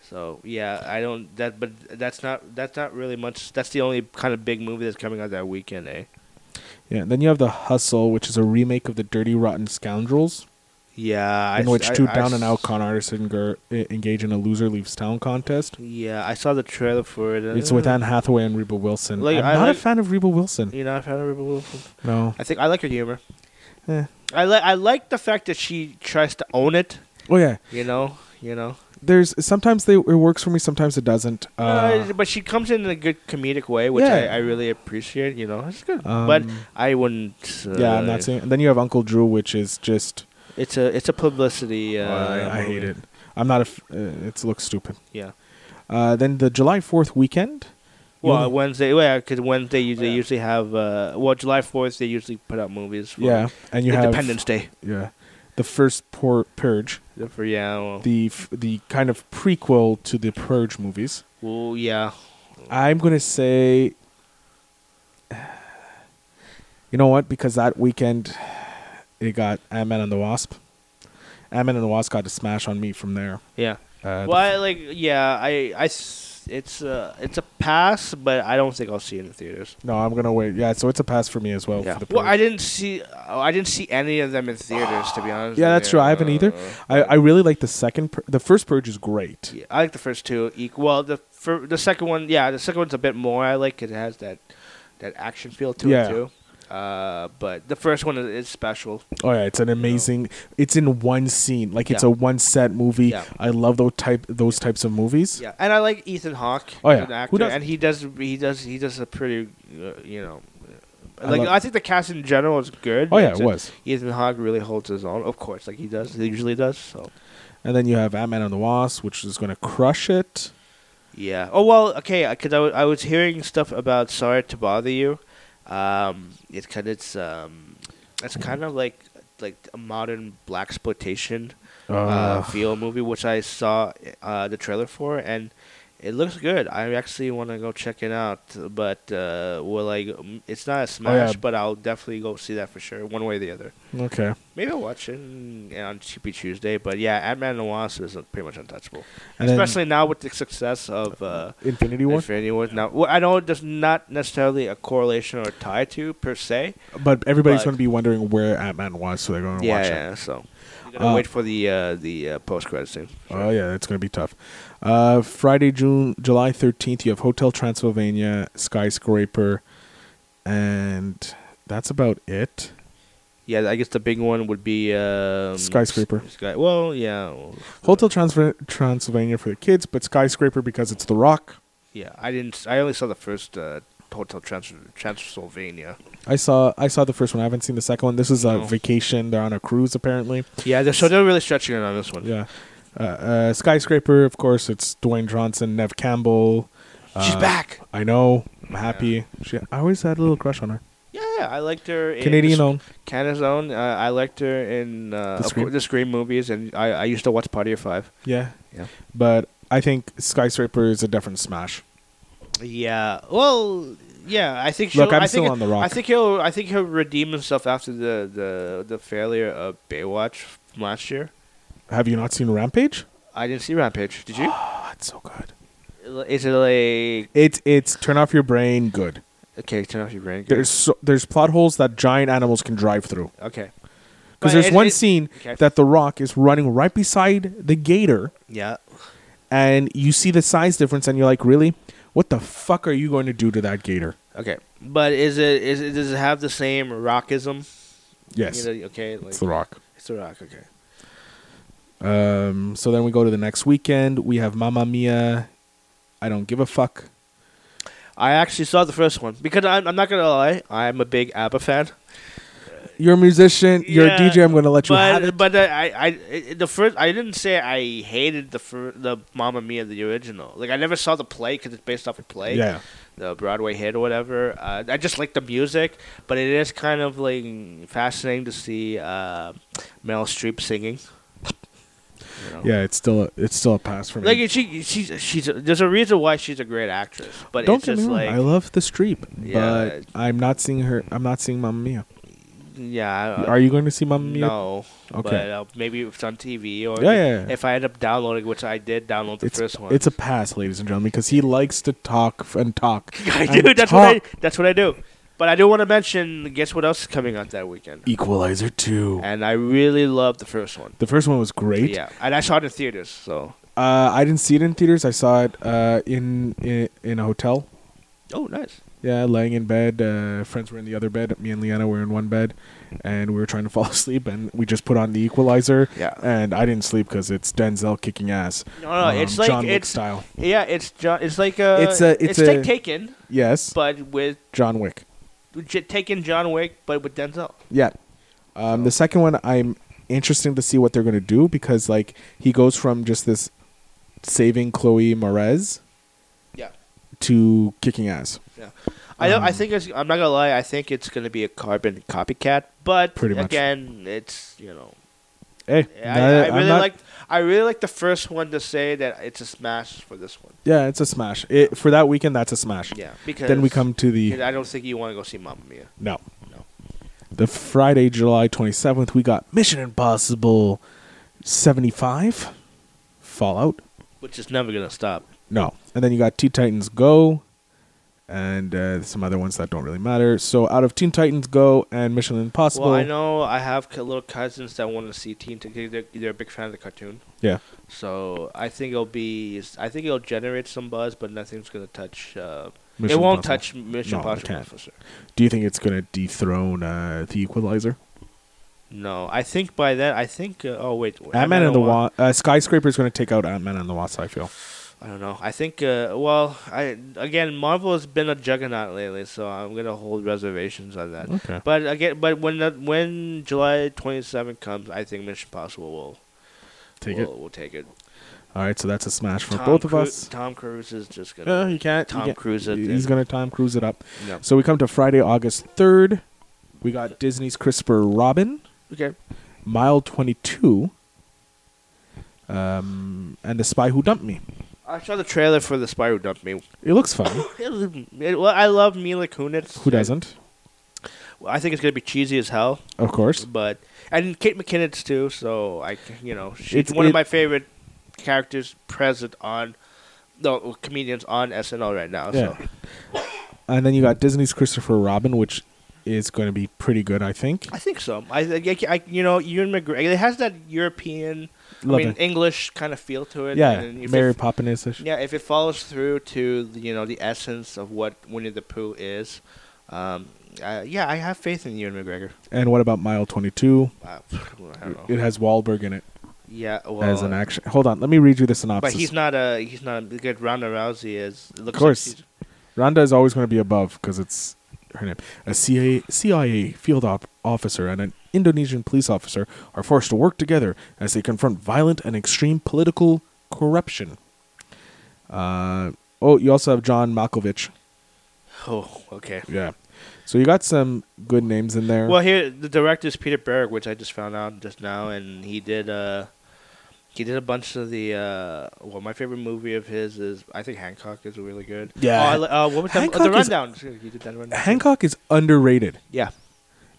S1: So yeah, I don't that, but that's not that's not really much. That's the only kind of big movie that's coming out that weekend, eh?
S2: Yeah, then you have The Hustle, which is a remake of The Dirty Rotten Scoundrels,
S1: Yeah,
S2: in
S1: I,
S2: which
S1: I-
S2: two
S1: I
S2: down and
S1: s-
S2: out con artists engar- eh, engage in a loser leaves town contest.
S1: Yeah, I saw the trailer for it.
S2: It's with Anne Hathaway and Reba Wilson.
S1: Like,
S2: I'm
S1: I
S2: not
S1: like-
S2: a fan of Reba Wilson.
S1: You know, I've had Rebel Wilson.
S2: No.
S1: I think I like her humor.
S2: Eh.
S1: I like I like the fact that she tries to own it.
S2: Oh yeah.
S1: You know, you know.
S2: There's sometimes they it works for me, sometimes it doesn't. Uh,
S1: Uh, but she comes in in a good comedic way, which
S2: Yeah.
S1: I, I really appreciate. You know, it's good.
S2: um,
S1: but I wouldn't. Uh,
S2: yeah, I'm not saying. And then you have Uncle Drew, which is just
S1: It's a it's a publicity. Uh,
S2: Oh, I, I hate
S1: movie.
S2: it. I'm not a. F- uh, it looks stupid.
S1: Yeah.
S2: Uh, then the July Fourth weekend. you
S1: Well,
S2: only-
S1: Wednesday. Well, yeah, because Wednesday you, they
S2: Yeah.
S1: usually have. Uh, well, July Fourth they usually put out movies. For
S2: yeah, and you have
S1: Independence Day.
S2: Yeah, the first por- purge,
S1: For yeah. Well,
S2: the f- the kind of prequel to the Purge movies.
S1: well, yeah.
S2: I'm gonna say, you know what? Because that weekend, it got Ant Man and the Wasp. Ant Man and the Wasp got a smash on me from there.
S1: Yeah.
S2: Uh, the
S1: Well, I, like yeah, I I s- it's a it's a pass, but I don't think I'll see it in the theaters.
S2: f- no, I'm gonna wait. Yeah, so it's a pass Oh, for me as well.
S1: yeah.
S2: For the
S1: Well,
S2: Purge.
S1: I didn't see oh, I didn't see any of them in theaters to be honest.
S2: Yeah,
S1: with
S2: that's
S1: you.
S2: true. I haven't
S1: Uh.
S2: either. I, I really like the second. Pur- the first purge is great.
S1: Yeah, I like the first two. eq- Well, the fir- the second one, yeah, the second one's a bit more. I like 'cause it has that that action feel to
S2: Yeah.
S1: it too. Uh, but the first one is, is special.
S2: Oh yeah, it's an amazing. It's in one scene. Like it's
S1: Yeah.
S2: a one set movie.
S1: Yeah.
S2: I love those type those types of movies.
S1: Yeah, and I like Ethan Hawke.
S2: Oh,
S1: as
S2: yeah.
S1: an
S2: Who
S1: actor,
S2: does-
S1: and he does he does he does a pretty uh, you know.
S2: I
S1: Like
S2: love-
S1: I, think the cast in general is good.
S2: Oh yeah,
S1: It's
S2: it
S1: just-
S2: was.
S1: Ethan Hawke really holds his own, of course, like he does, he usually does. So
S2: And then you have Ant Man and the Wasp, which is going to crush it.
S1: yeah. Oh well, okay, because I wa- I was hearing stuff about Sorry to Bother You. Um, it's kind of it's um, it's kind of like like a modern black exploitation uh,
S2: Ugh.
S1: feel movie, which I saw uh, the trailer for, and It looks good. I actually want to go check it out, but uh, well, like m- it's not a smash, but I'll definitely go see that for sure, one way or the other.
S2: Okay.
S1: Maybe I'll watch it mm, on Cheapy Tuesday, but yeah, Ant Man and the Wasp is uh, pretty much untouchable,
S2: And then-
S1: especially now with the success of uh,
S2: Infinity War.
S1: Infinity War. Now, well, I know there's not necessarily a correlation or a tie to per se.
S2: But everybody's
S1: But-
S2: going to be wondering where Ant Man was, so they're going to
S1: Yeah,
S2: watch it.
S1: yeah. So you gotta
S2: Uh,
S1: wait for the uh, the uh, post credit scene.
S2: Oh yeah, that's gonna be tough. Uh, Friday, June, July thirteenth, you have Hotel Transylvania, Skyscraper, and that's about it.
S1: Yeah, I guess the big one would be um,
S2: Skyscraper.
S1: s- Sky- well, yeah, well,
S2: Hotel Transfer- Transylvania for the kids, but Skyscraper because it's The Rock.
S1: yeah. I didn't. s- I only saw the first uh, Hotel Trans- Transylvania.
S2: I saw I saw the first one. I haven't seen the second one. This is a
S1: No.
S2: vacation. They're on a cruise apparently.
S1: Yeah, they're, so they're really stretching it on this one.
S2: Yeah. Uh, uh, Skyscraper, of course, it's Dwayne Johnson, Nev Campbell.
S1: She's
S2: Uh,
S1: back.
S2: I know. I'm happy. She, I always had a little crush on her.
S1: Yeah, I liked her. In
S2: Canadian owned.
S1: Canada's own. Uh, I liked her in uh,
S2: The
S1: of
S2: Scream?
S1: cour- the Scream movies, and I, I used to watch Party of Five.
S2: Yeah.
S1: Yeah.
S2: But I think Skyscraper is a different smash.
S1: Yeah. Well. Yeah, I think she'll,
S2: Look, I'm
S1: I think
S2: still on the rock.
S1: I think he'll. I think he'll redeem himself after the, the, the failure of Baywatch from last year.
S2: Have you not seen Rampage?
S1: I didn't see Rampage. Did you?
S2: Oh, it's so good.
S1: Is it like
S2: It's it's turn off your brain. Good.
S1: okay? Turn off your brain. Good.
S2: There's so, there's plot holes that giant animals can drive through.
S1: okay. But
S2: Because there's
S1: it-
S2: one
S1: it-
S2: scene
S1: okay.
S2: that the Rock is running right beside the gator,
S1: Yeah.
S2: and you see the size difference, and you're like, really? What the fuck are you going to do to that gator?
S1: Okay. But is it is it does it have the same rockism?
S2: Yes,
S1: You know, okay. Like,
S2: it's the Rock.
S1: It's the rock. Okay.
S2: Um, so then we go to the next weekend. We have Mamma Mia. I don't give a fuck.
S1: I actually saw the first one because I'm, I'm not gonna lie. I'm a big ABBA fan.
S2: You're a musician. You're
S1: Yeah,
S2: a DJ. I'm going to let you have
S1: But
S2: it.
S1: but I I I- the first I didn't say I hated the fir- the Mamma Mia the original. Like I never saw the play because it's based off a play.
S2: yeah.
S1: the Broadway hit or whatever. Uh, I just like the music, but it is kind of like fascinating to see uh, Meryl Streep singing. You know?
S2: Yeah, it's still a, it's still a pass for me.
S1: like she she's she's a, there's a reason why she's a great actress, but
S2: Don't
S1: it's
S2: get
S1: just
S2: me wrong,
S1: like
S2: I love the Streep,
S1: Yeah.
S2: but I'm not seeing her. I'm not seeing Mamma Mia.
S1: yeah. I-
S2: Are you going to see Mamma Mia?
S1: Uh, No,
S2: Okay.
S1: but uh, maybe if it's on TV or
S2: Yeah, yeah, yeah.
S1: if I end up downloading, which I did download the
S2: it's
S1: first one.
S2: it's a pass, ladies and gentlemen, because he likes to talk f- and talk.
S1: I
S2: and
S1: do. That's what I
S2: talk.
S1: that's what I do. But I do want to mention. Guess what else is coming out that weekend?
S2: E Equalizer two.
S1: And I really love the first one.
S2: The first one was great.
S1: Yeah, and I saw it in theaters. So
S2: Uh, I didn't see it in theaters. I saw it uh, in, in in a hotel.
S1: Oh, nice.
S2: Yeah, laying in bed. Uh, friends were in the other bed. Me and Leanna were in one bed, and we were trying to fall asleep. And we just put on the Equalizer.
S1: Yeah.
S2: And I didn't sleep because it's Denzel kicking ass. Um,
S1: No, no, it's like-
S2: John Wick
S1: it's-
S2: style.
S1: Yeah, it's John. It's like a.
S2: It's a- it's
S1: like
S2: a-
S1: Taken,
S2: Yes,
S1: but with
S2: John Wick.
S1: J- Taken John Wick, but with Denzel.
S2: Yeah. Um, The second one, I'm interested to see what they're gonna do because like he goes from just this saving Chloe Moretz
S1: Yeah.
S2: to kicking ass.
S1: Yeah. I
S2: Um,
S1: don't, I think it's. I'm not gonna lie. I think it's gonna be a carbon copycat. But
S2: Pretty much.
S1: again, it's you know.
S2: Hey,
S1: I, I
S2: Eh, I'm
S1: really
S2: not-
S1: like. I really like the first one to say that it's a smash for this one.
S2: Yeah, it's a smash. It, for that weekend, that's a smash.
S1: Yeah, because
S2: Then we come to
S1: because
S2: the
S1: I don't think you want to go see Mamma Mia.
S2: no.
S1: No.
S2: The Friday, July 27th, we got Mission Impossible 75, Fallout.
S1: Which is never gonna stop.
S2: No. And then you got Teen Titans Go and uh, some other ones that don't really matter. So out of Teen Titans Go and Mission Impossible.
S1: Well, I know I have c- little cousins that want to see Teen. T- they're, they're a big fan of the cartoon.
S2: Yeah.
S1: So I think it'll be. I think it'll generate some buzz, but nothing's gonna touch. Uh, it
S2: Mission
S1: won't
S2: Impossible.
S1: touch Mission
S2: No, it
S1: Impossible
S2: can't.
S1: for sure.
S2: Do you think it's going to dethrone uh, The Equalizer?
S1: No, I think by then. I think. Uh, oh wait, wait,
S2: Ant Man and the
S1: Wa-
S2: Wasp. Uh, Skyscraper is going to take out Ant Man and the Wasp, I feel.
S1: I don't know. I think. Uh, well, I again, Marvel has been a juggernaut lately, so I'm gonna hold reservations on that.
S2: Okay.
S1: But again, but when the, when July 27th comes, I think Mission Impossible will
S2: Take
S1: will,
S2: it.
S1: will take it.
S2: All right, so that's a smash for
S1: Tom
S2: both of
S1: Cru-
S2: us.
S1: Tom Cruise is just gonna.
S2: No, you can't.
S1: Tom
S2: you can't.
S1: Cruise it.
S2: He's going to Tom Cruise it up.
S1: No.
S2: So we come to Friday, August 3rd. We got Disney's Christopher Robin,
S1: Okay.
S2: Mile 22, um, and The Spy Who Dumped Me.
S1: I saw the trailer for the Spyro Dump Me.
S2: It looks fun.
S1: well, I love Mila Kunis.
S2: Who doesn't?
S1: I think it's gonna be cheesy as hell,
S2: Of course.
S1: but and Kate McKinnon's too. So I, c- you know, she's
S2: It's-
S1: one
S2: it-
S1: of my favorite characters present on, no comedians on SNL right now.
S2: Yeah.
S1: So
S2: And then you got Disney's Christopher Robin, which is going to be pretty good, I think.
S1: I think so. I, I, I you know, Ewan McGregor. It has that European, I
S2: Love
S1: mean,
S2: it.
S1: English kind of feel to it.
S2: yeah,
S1: and if
S2: Mary
S1: it-
S2: Poppins ish.
S1: Yeah, if it follows through to the- you know the essence of what Winnie the Pooh is, um, I, yeah, I have faith in Ewan McGregor.
S2: And what about Mile 22?
S1: Uh, I don't know.
S2: It has Wahlberg in it
S1: Yeah, well,
S2: as an action. Hold on, let me read you the synopsis.
S1: but he's not a he's not a good Ronda Rousey is. It looks
S2: Of course.
S1: like she's-
S2: Rhonda is always going to be above because it's her name. A CIA, CIA field op- officer and an Indonesian police officer are forced to work together as they confront violent and extreme political corruption. Uh, oh, you also have John Malkovich.
S1: oh, okay.
S2: Yeah. So you got some good names in there.
S1: Well, here the director is Peter Berg, which I just found out just now, and he did uh, he did a bunch of the uh, well, my favorite movie of his is I think Hancock is really good.
S2: Yeah.
S1: Oh, I, li- uh, what was that?
S2: Hancock
S1: the
S2: is-
S1: rundown. He did that rundown.
S2: Hancock is underrated.
S1: Yeah.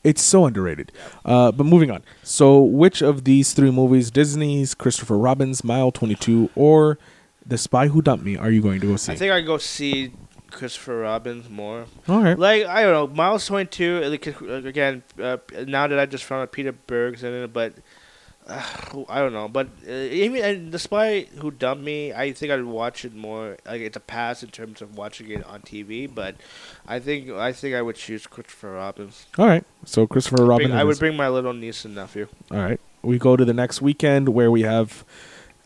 S2: It's so underrated. Uh, but moving on. So, which of these three movies, Disney's Christopher Robbins, Mile 22, or The Spy Who Dumped Me, are you going to go see?
S1: I think I go see Christopher Robbins more.
S2: All right.
S1: Like I don't know, Miles Twenty Two. Like, again, uh, now that I just found out Peter Berg's in it, but uh, I don't know. But uh, even and despite who dumped me, I think I'd watch it more. Like it's a pass in terms of watching it on TV, but I think I think I would choose Christopher Robbins.
S2: All right. So, Christopher Robbins.
S1: Bring- I would bring my little niece and nephew.
S2: All right. We go to the next weekend where we have.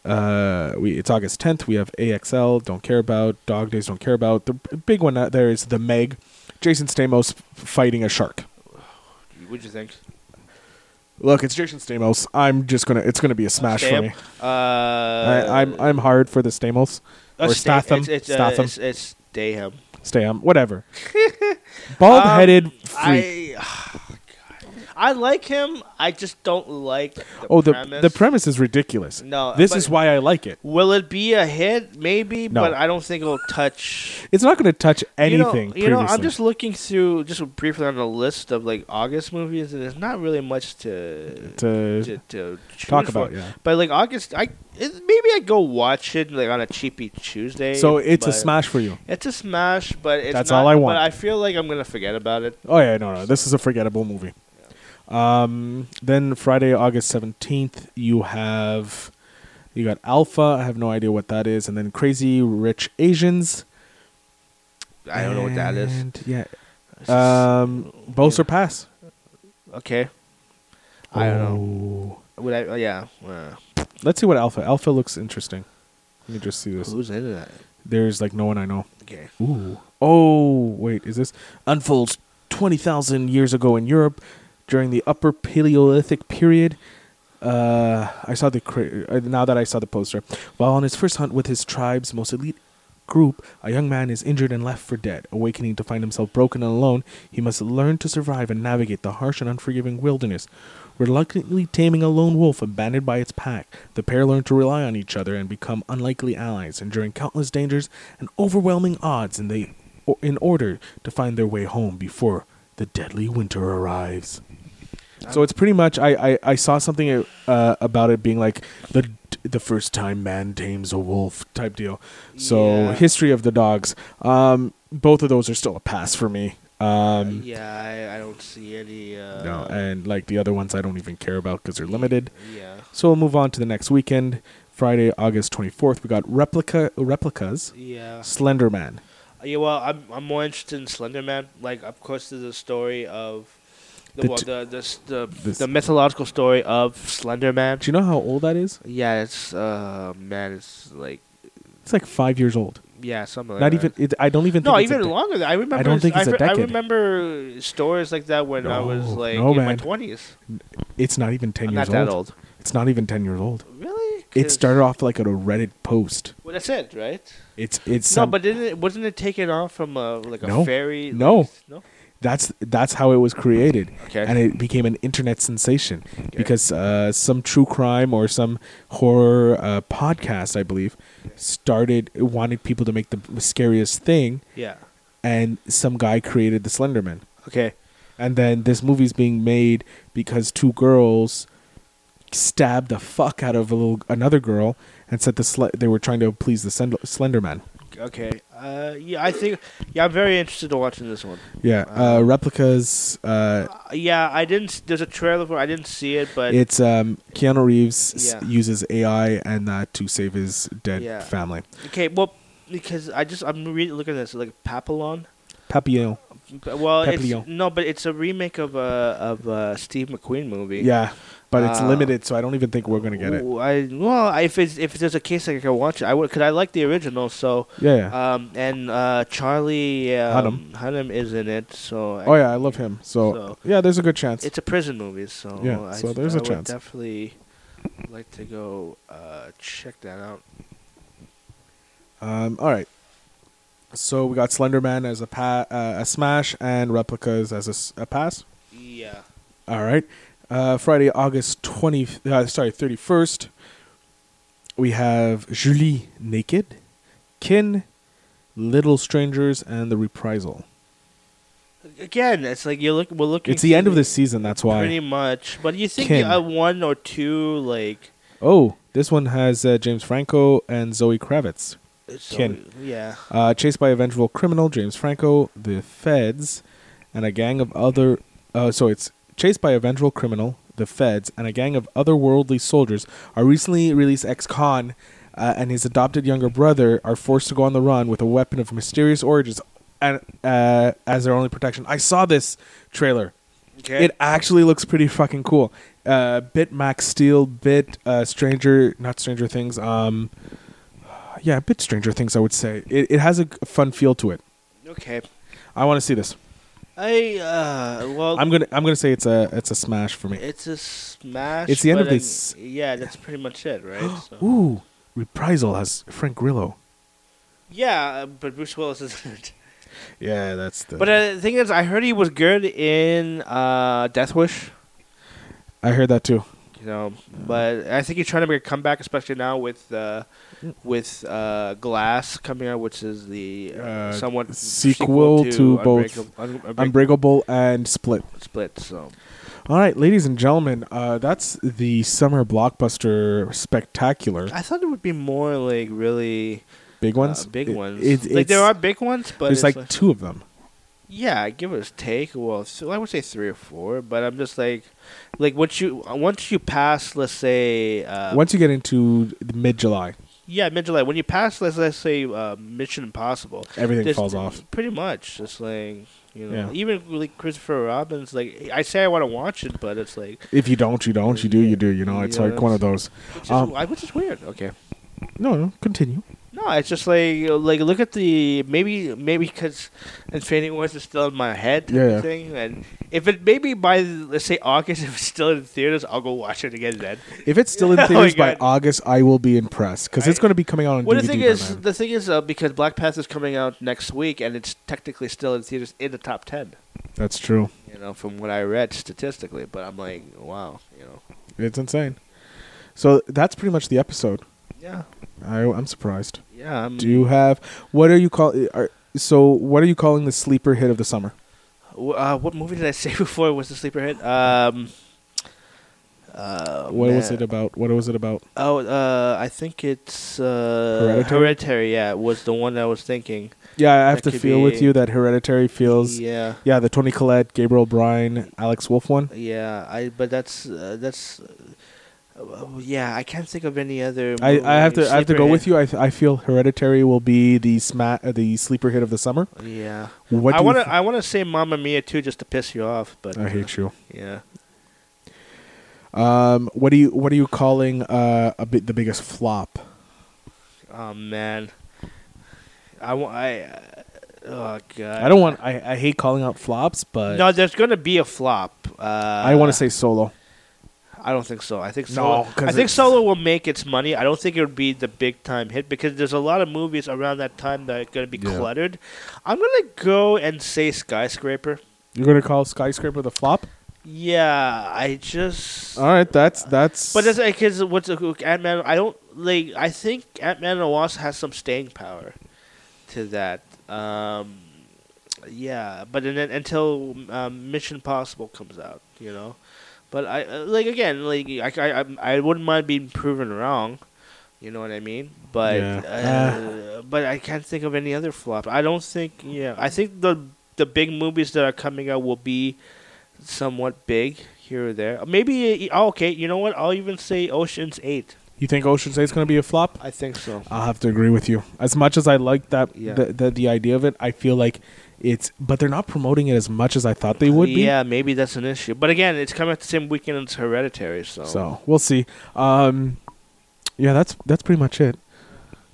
S2: Uh, we it's August 10th. We have AXL, Don't Care About, Dog Days, Don't Care About. The b- big one out there is The Meg, Jason Stamos f- fighting a shark.
S1: What'd you think?
S2: Look, it's Jason Stamos. I'm just gonna. It's gonna be a smash for
S1: Stam-
S2: me.
S1: Uh,
S2: I, I'm I'm hard for the Stamos
S1: uh,
S2: or
S1: Sta-
S2: Statham.
S1: It's, it's, uh,
S2: Statham,
S1: it's, it's Daham.
S2: Stam, whatever. Bald-headed freak.
S1: Um, I, God. I like him. I just don't like the
S2: oh, the
S1: premise.
S2: the premise is ridiculous.
S1: No,
S2: this
S1: but-
S2: is why I like it.
S1: Will it be a hit? Maybe,
S2: No.
S1: but I don't think it'll touch
S2: It's not going to touch
S1: You know-
S2: anything.
S1: You know, I'm
S2: previously.
S1: just looking through just briefly on the list of like August movies, and there's not really much to
S2: To
S1: to, to
S2: talk
S1: choose
S2: about,
S1: for.
S2: yeah.
S1: But like August, I it, maybe I go watch it like on a cheapy Tuesday.
S2: so it's a
S1: but-
S2: smash for you.
S1: It's a smash, but it's
S2: That's
S1: not-
S2: all I want.
S1: But I feel like I'm gonna forget about it.
S2: Oh yeah, no, no, this is a forgettable movie. Um, then Friday, August seventeenth, you have you got Alpha. I have no idea what that is, and then Crazy Rich Asians.
S1: I don't know what that is.
S2: and, Yeah, um, Bowser Pass.
S1: Okay. I don't know.
S2: know.
S1: Would I? Uh, yeah. Uh,
S2: Let's see what Alpha. Alpha looks interesting. Let me just see this.
S1: who's into that?
S2: There's like no one I know.
S1: Okay.
S2: Ooh. Oh wait, is this unfolds twenty thousand years ago in Europe during the Upper Paleolithic period? Uh, I saw the cra- uh, now that I saw the poster. While on his first hunt with his tribe's most elite group, a young man is injured and left for dead. Awakening to find himself broken and alone, he must learn to survive and navigate the harsh and unforgiving wilderness. Reluctantly taming a lone wolf abandoned by its pack, the pair learn to rely on each other and become unlikely allies, enduring countless dangers and overwhelming odds in, the, o- in order to find their way home before the deadly winter arrives. So it's pretty much I I, I saw something uh, about it being like the the first time man tames a wolf type deal. So
S1: Yeah.
S2: history of the dogs. Um, both of those are still a pass for me. Um,
S1: Uh, Yeah, I, I don't see any. Uh,
S2: no, and like the other ones, I don't even care about because they're limited.
S1: Yeah.
S2: So we'll move on to the next weekend, Friday, August twenty fourth. We got replica replicas,
S1: Yeah.
S2: Slender Man.
S1: Yeah. Well, I'm I'm more interested in Slender Man. Like, of course, there's a story of the
S2: The
S1: well,
S2: t-
S1: the, the, s- the,
S2: This-
S1: the mythological story of Slender Man.
S2: Do you know how old that is?
S1: Yeah, it's uh man, it's like
S2: It's like five years old.
S1: yeah, something. Like
S2: Not
S1: that.
S2: even. It, I don't even. Think
S1: No,
S2: it's a
S1: even
S2: de-
S1: longer. than- I remember.
S2: don't think it's a
S1: I, fr- I
S2: decade.
S1: remember stories like that when I was
S2: No,
S1: like
S2: no,
S1: in my
S2: man.
S1: twenties.
S2: It's not even 10
S1: I'm
S2: years
S1: not that
S2: old.
S1: old.
S2: It's not even 10 years old.
S1: Really?
S2: It
S1: 'Cause-
S2: started off like at a Reddit post.
S1: Well, that's it, right?
S2: It's it's
S1: no,
S2: some,
S1: but didn't it, wasn't it taken off from a like a
S2: No.
S1: fairy? like,
S2: No.
S1: no.
S2: That's that's how it was created,
S1: Okay.
S2: and it became an internet sensation because uh, some true crime or some horror uh, podcast, I believe, started wanted people to make the scariest thing,
S1: Yeah.
S2: and some guy created the Slenderman.
S1: Okay.
S2: And then this movie's being made because two girls stabbed the fuck out of a little another girl and said the sl- they were trying to please the Send- Slenderman.
S1: Okay. Uh, yeah, I think. Yeah, I'm very interested in watching this one.
S2: Yeah, uh, replicas. Uh,
S1: Uh, yeah, I didn't. s- There's a trailer for. I didn't see it, but
S2: it's um, Keanu Reeves s-
S1: Yeah.
S2: uses AI and that to save his dead
S1: Yeah.
S2: family.
S1: okay. Well, because I just I'm really looking at this like Papillon.
S2: Papillon.
S1: Well, it's,
S2: Papillon.
S1: no, but it's a remake of a of a Steve McQueen movie.
S2: Yeah, but it's
S1: Uh,
S2: limited, so I don't even think we're gonna get it.
S1: Ooh, I well, I- if it's if there's a case I can watch it, I would because I like the original. So,
S2: Yeah. yeah.
S1: um, and uh, Charlie um, Hunnam. is in it. So,
S2: oh yeah, I love him. So,
S1: so-
S2: yeah, there's a good chance.
S1: it's a prison movie. So,
S2: Yeah, so there's
S1: a
S2: a chance.
S1: Would definitely like to go uh, check that out.
S2: Um, all right. So we got Slenderman as a pa- uh, a smash and replicas as a s a a pass.
S1: Yeah.
S2: All right. Uh, Friday, August 20, uh, sorry, 31st, we have Julie Naked, Kin, Little Strangers, and The Reprisal.
S1: Again, it's like you look. We're looking.
S2: It's the end of
S1: through
S2: this season, that's
S1: Pretty
S2: why.
S1: much, but you think
S2: Kin.
S1: uh, one or two like
S2: Oh, this one has uh, James Franco and Zoe Kravitz.
S1: so-
S2: Kin.
S1: Yeah.
S2: Uh, chased by a vengeful criminal, James Franco, the feds, and a gang of other. Uh, so it's chased by a vengeful criminal, the feds, and a gang of otherworldly soldiers. Our recently released ex-con uh, and his adopted younger brother are forced to go on the run with a weapon of mysterious origins, and uh, as their only protection. I saw this trailer.
S1: Okay.
S2: It actually looks pretty fucking cool. Uh, bit Max Steel, bit uh, Stranger, not Stranger Things. Um, yeah, a bit Stranger Things. I would say it, it has a g- fun feel to it.
S1: okay.
S2: I want to see this.
S1: I uh well.
S2: I'm gonna I'm gonna say it's a it's a smash for me.
S1: It's a smash.
S2: It's the end
S1: but
S2: of
S1: I'm-
S2: this-
S1: Yeah, that's pretty much it, right? So.
S2: Ooh, Reprisal has Frank Grillo.
S1: Yeah, uh, but Bruce Willis is in it.
S2: Yeah, that's the.
S1: But uh, the thing is, I heard he was good in uh, Death Wish.
S2: I heard that too.
S1: You know,
S2: Mm.
S1: but I think he's trying to make a comeback, especially now with uh, with uh, Glass coming out, which is the uh,
S2: Uh,
S1: somewhat
S2: sequel to both
S1: Unbreakable- Un- Unbreakable
S2: Unbreakable and Split.
S1: Split. So
S2: All right, ladies and gentlemen, uh, that's the summer blockbuster spectacular.
S1: I thought it would be more like really
S2: Big
S1: uh,
S2: ones.
S1: big
S2: It-
S1: ones.
S2: it-
S1: like there are
S2: it's-
S1: big ones, but
S2: there's
S1: it's
S2: like two of them.
S1: Yeah, give or take. Well, th- I would say three or four, but I'm just like, like once you once you pass, let's say, uh,
S2: Once you get into mid July,
S1: yeah, mid July. When you pass, let's let's say, uh, Mission Impossible,
S2: everything
S1: there's-
S2: falls off.
S1: Pretty much, just like you know,
S2: Yeah.
S1: even like Christopher Robbins. Like I say, I want to watch it, but it's like,
S2: If you don't, you don't. You do, you do. You know, it's
S1: Yeah,
S2: like one of those.
S1: which is,
S2: Um,
S1: I- which is weird. Okay.
S2: No, no, continue.
S1: No, it's just like like look at the maybe maybe because Infinity Wars is still in my head type
S2: Yeah,
S1: of
S2: yeah.
S1: thing, and if it maybe by let's say August if it's still in theaters, I'll go watch it again then.
S2: If it's still in
S1: Oh my
S2: theaters by
S1: God.
S2: August, I will be impressed because it's
S1: I-
S2: going to be coming out on
S1: Well,
S2: DVD.
S1: the thing
S2: by
S1: is,
S2: then.
S1: the thing is uh, because Black Panther is coming out next week, and it's technically still in theaters in the top ten.
S2: that's true.
S1: You know, from what I read statistically, but I'm like, wow, you know,
S2: It's insane. So that's pretty much the episode.
S1: yeah,
S2: I, I'm surprised.
S1: yeah. I'm,
S2: Do you have what are you call? uh, Are, so what are you calling the sleeper hit of the summer?
S1: w- uh, what movie did I say before was the sleeper hit? Um, uh,
S2: What was
S1: man.
S2: it about? What was it about?
S1: Oh, uh, I think it's uh,
S2: Hereditary?
S1: Hereditary, Yeah, was the one I was thinking.
S2: Yeah, I have
S1: That
S2: to
S1: could
S2: feel with
S1: be-
S2: you that Hereditary feels. Yeah,
S1: Yeah,
S2: the Tony Collette, Gabriel Bryan, Alex Wolf one.
S1: yeah. I but that's uh, that's. Uh, oh, yeah, I can't think of any other.
S2: I,
S1: movie.
S2: I have to I have to go
S1: Sleeper
S2: with you. I, th- I feel Hereditary will be the sma- uh, the sleeper hit of the summer.
S1: Hit. Yeah,
S2: What
S1: I
S2: do you
S1: want to
S2: th-
S1: I want to say Mamma Mia too, just to piss you off. But
S2: I hate you.
S1: Yeah,
S2: Um, what do you what are you calling uh a bit the biggest flop?
S1: oh man, I want I. Uh, oh god,
S2: I don't want I, I hate calling out flops, but
S1: No, there's gonna be a flop. Uh,
S2: I want to say Solo.
S1: I don't think so. I think
S2: No,
S1: solo.
S2: 'cause
S1: I think
S2: it's-
S1: solo will make its money. I don't think it would be the big time hit because there's a lot of movies around that time that are going to be
S2: Yeah.
S1: cluttered. I'm going to go and say skyscraper.
S2: You're gonna call skyscraper the flop?
S1: Yeah, I just.
S2: All right, that's that's.
S1: But that's like, cause what's Ant Man? I don't like. I think Ant Man and the Wasp has some staying power to that. Um, yeah, but in, until um, Mission Possible comes out, you know. But I uh, like again, like I, I, I'm- I wouldn't mind being proven wrong. You know what I mean? But
S2: Yeah. Ah.
S1: uh, but I can't think of any other flop. I don't think. Yeah, I think the the big movies that are coming out will be somewhat big here or there. Maybe oh, okay. You know what? I'll even say Ocean's Eight.
S2: you think Ocean's Eight's gonna be a flop?
S1: I think so.
S2: I'll have to agree with you. As much as I like that,
S1: Yeah.
S2: the, the the idea of it, I feel like it's. But they're not promoting it as much as I thought they would be.
S1: Yeah, maybe that's an issue. But again, it's coming at the same weekend as Hereditary, so.
S2: So we'll see. Um, yeah, that's that's pretty much it.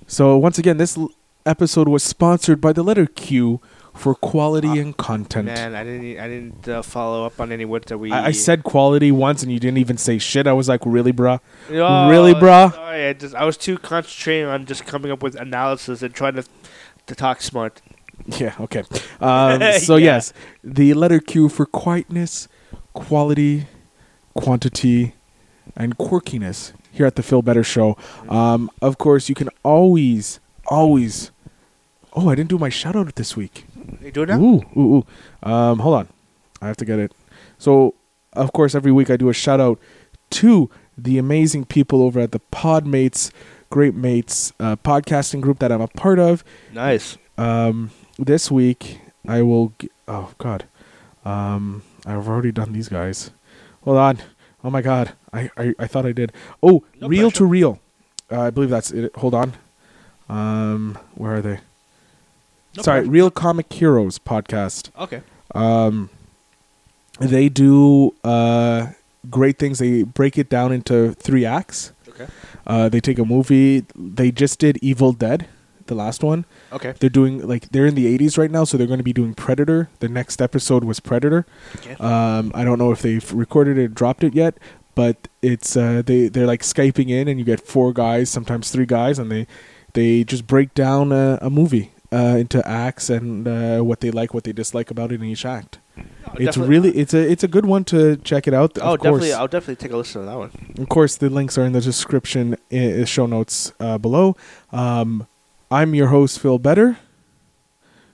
S2: So once again, this l- episode was sponsored by the letter Q for quality and content.
S1: Ah, Man, I didn't. I didn't uh, follow up on any words that we.
S2: I, I said quality once, and you didn't even say shit. I was like, really, bruh?
S1: Oh,
S2: really, bruh?
S1: Sorry, I just. I was too concentrating on just coming up with analysis and trying to, to talk smart.
S2: Yeah. Okay. Um, so
S1: Yeah.
S2: yes, the letter Q for quietness, quality, quantity, and quirkiness here at the Phil Better Show. Um, of course, you can always, always. Oh, I didn't do my shout out this week.
S1: You do it now?
S2: Ooh, ooh, ooh. Um, hold on. I have to get it. So, of course, every week I do a shout out to the amazing people over at the Podmates, Great Mates uh, podcasting group that I'm a part of.
S1: Nice.
S2: Um, this week I will. G- oh God, um, I've already done these guys. Hold on. Oh my God, I I, I thought I did. Oh,
S1: No
S2: reel
S1: pressure.
S2: to reel. Uh, I believe that's it. Hold on. Um, where are they?
S1: No
S2: Sorry,
S1: pressure.
S2: Real Comic Heroes podcast.
S1: Okay.
S2: They do uh, great things. They break it down into three acts.
S1: Okay.
S2: Uh, they take a movie. They just did Evil Dead, the last one.
S1: Okay.
S2: They're doing like they're in the 80s right now, so they're going to be doing Predator. The next episode was Predator.
S1: Okay.
S2: Um, I don't know if they've recorded it, or dropped it yet, but it's uh, they they're like skyping in, and you get four guys, sometimes three guys, and they they just break down a, a movie uh, into acts and uh, what they like, what they dislike about it in each act. it's
S1: definitely- uh,
S2: really it's a it's a good one to check it out.
S1: Oh,
S2: of course.
S1: definitely. I'll definitely take a listen to that one.
S2: Of course, the links are in the description, i- show notes uh, below. Um, I'm your host, Phil Better.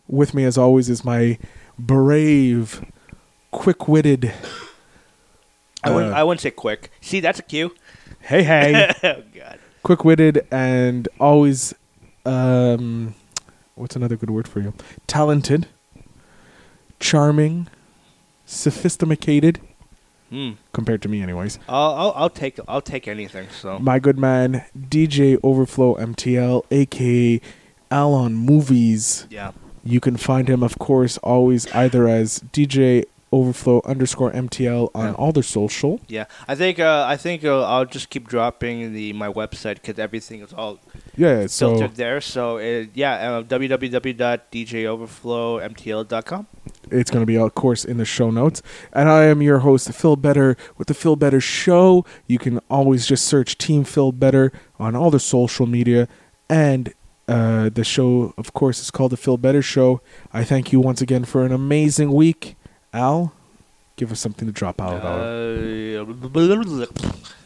S2: With me, as always, is my brave, quick witted.
S1: I wouldn't.
S2: Uh,
S1: I wouldn't say quick. See, that's a cue.
S2: Hey, hey!
S1: oh God.
S2: quick witted and always. Um, what's another good word for you? Talented, charming, sophisticated,
S1: Hmm.
S2: compared to me, anyways.
S1: I'll, I'll. I'll take. I'll take anything. So.
S2: my good man DJ Overflow MTL, aka Alon Movies.
S1: yeah.
S2: You can find him, of course, always either as DJ Overflow underscore MTL on
S1: Yeah.
S2: all their social.
S1: Yeah, I think uh, I think uh, I'll just keep dropping the my website because everything is all
S2: Yeah, so
S1: filtered there. So it, yeah, uh, www.djoverflowmtl.com.
S2: it's going to be, of course, in the show notes. And I am your host, Phil Better, with the Phil Better Show. You can always just search Team Phil Better on all the social media. And uh, the show, of course, is called The Phil Better Show. I thank you once again for an amazing week. Al, give us something to drop out about.
S1: Uh,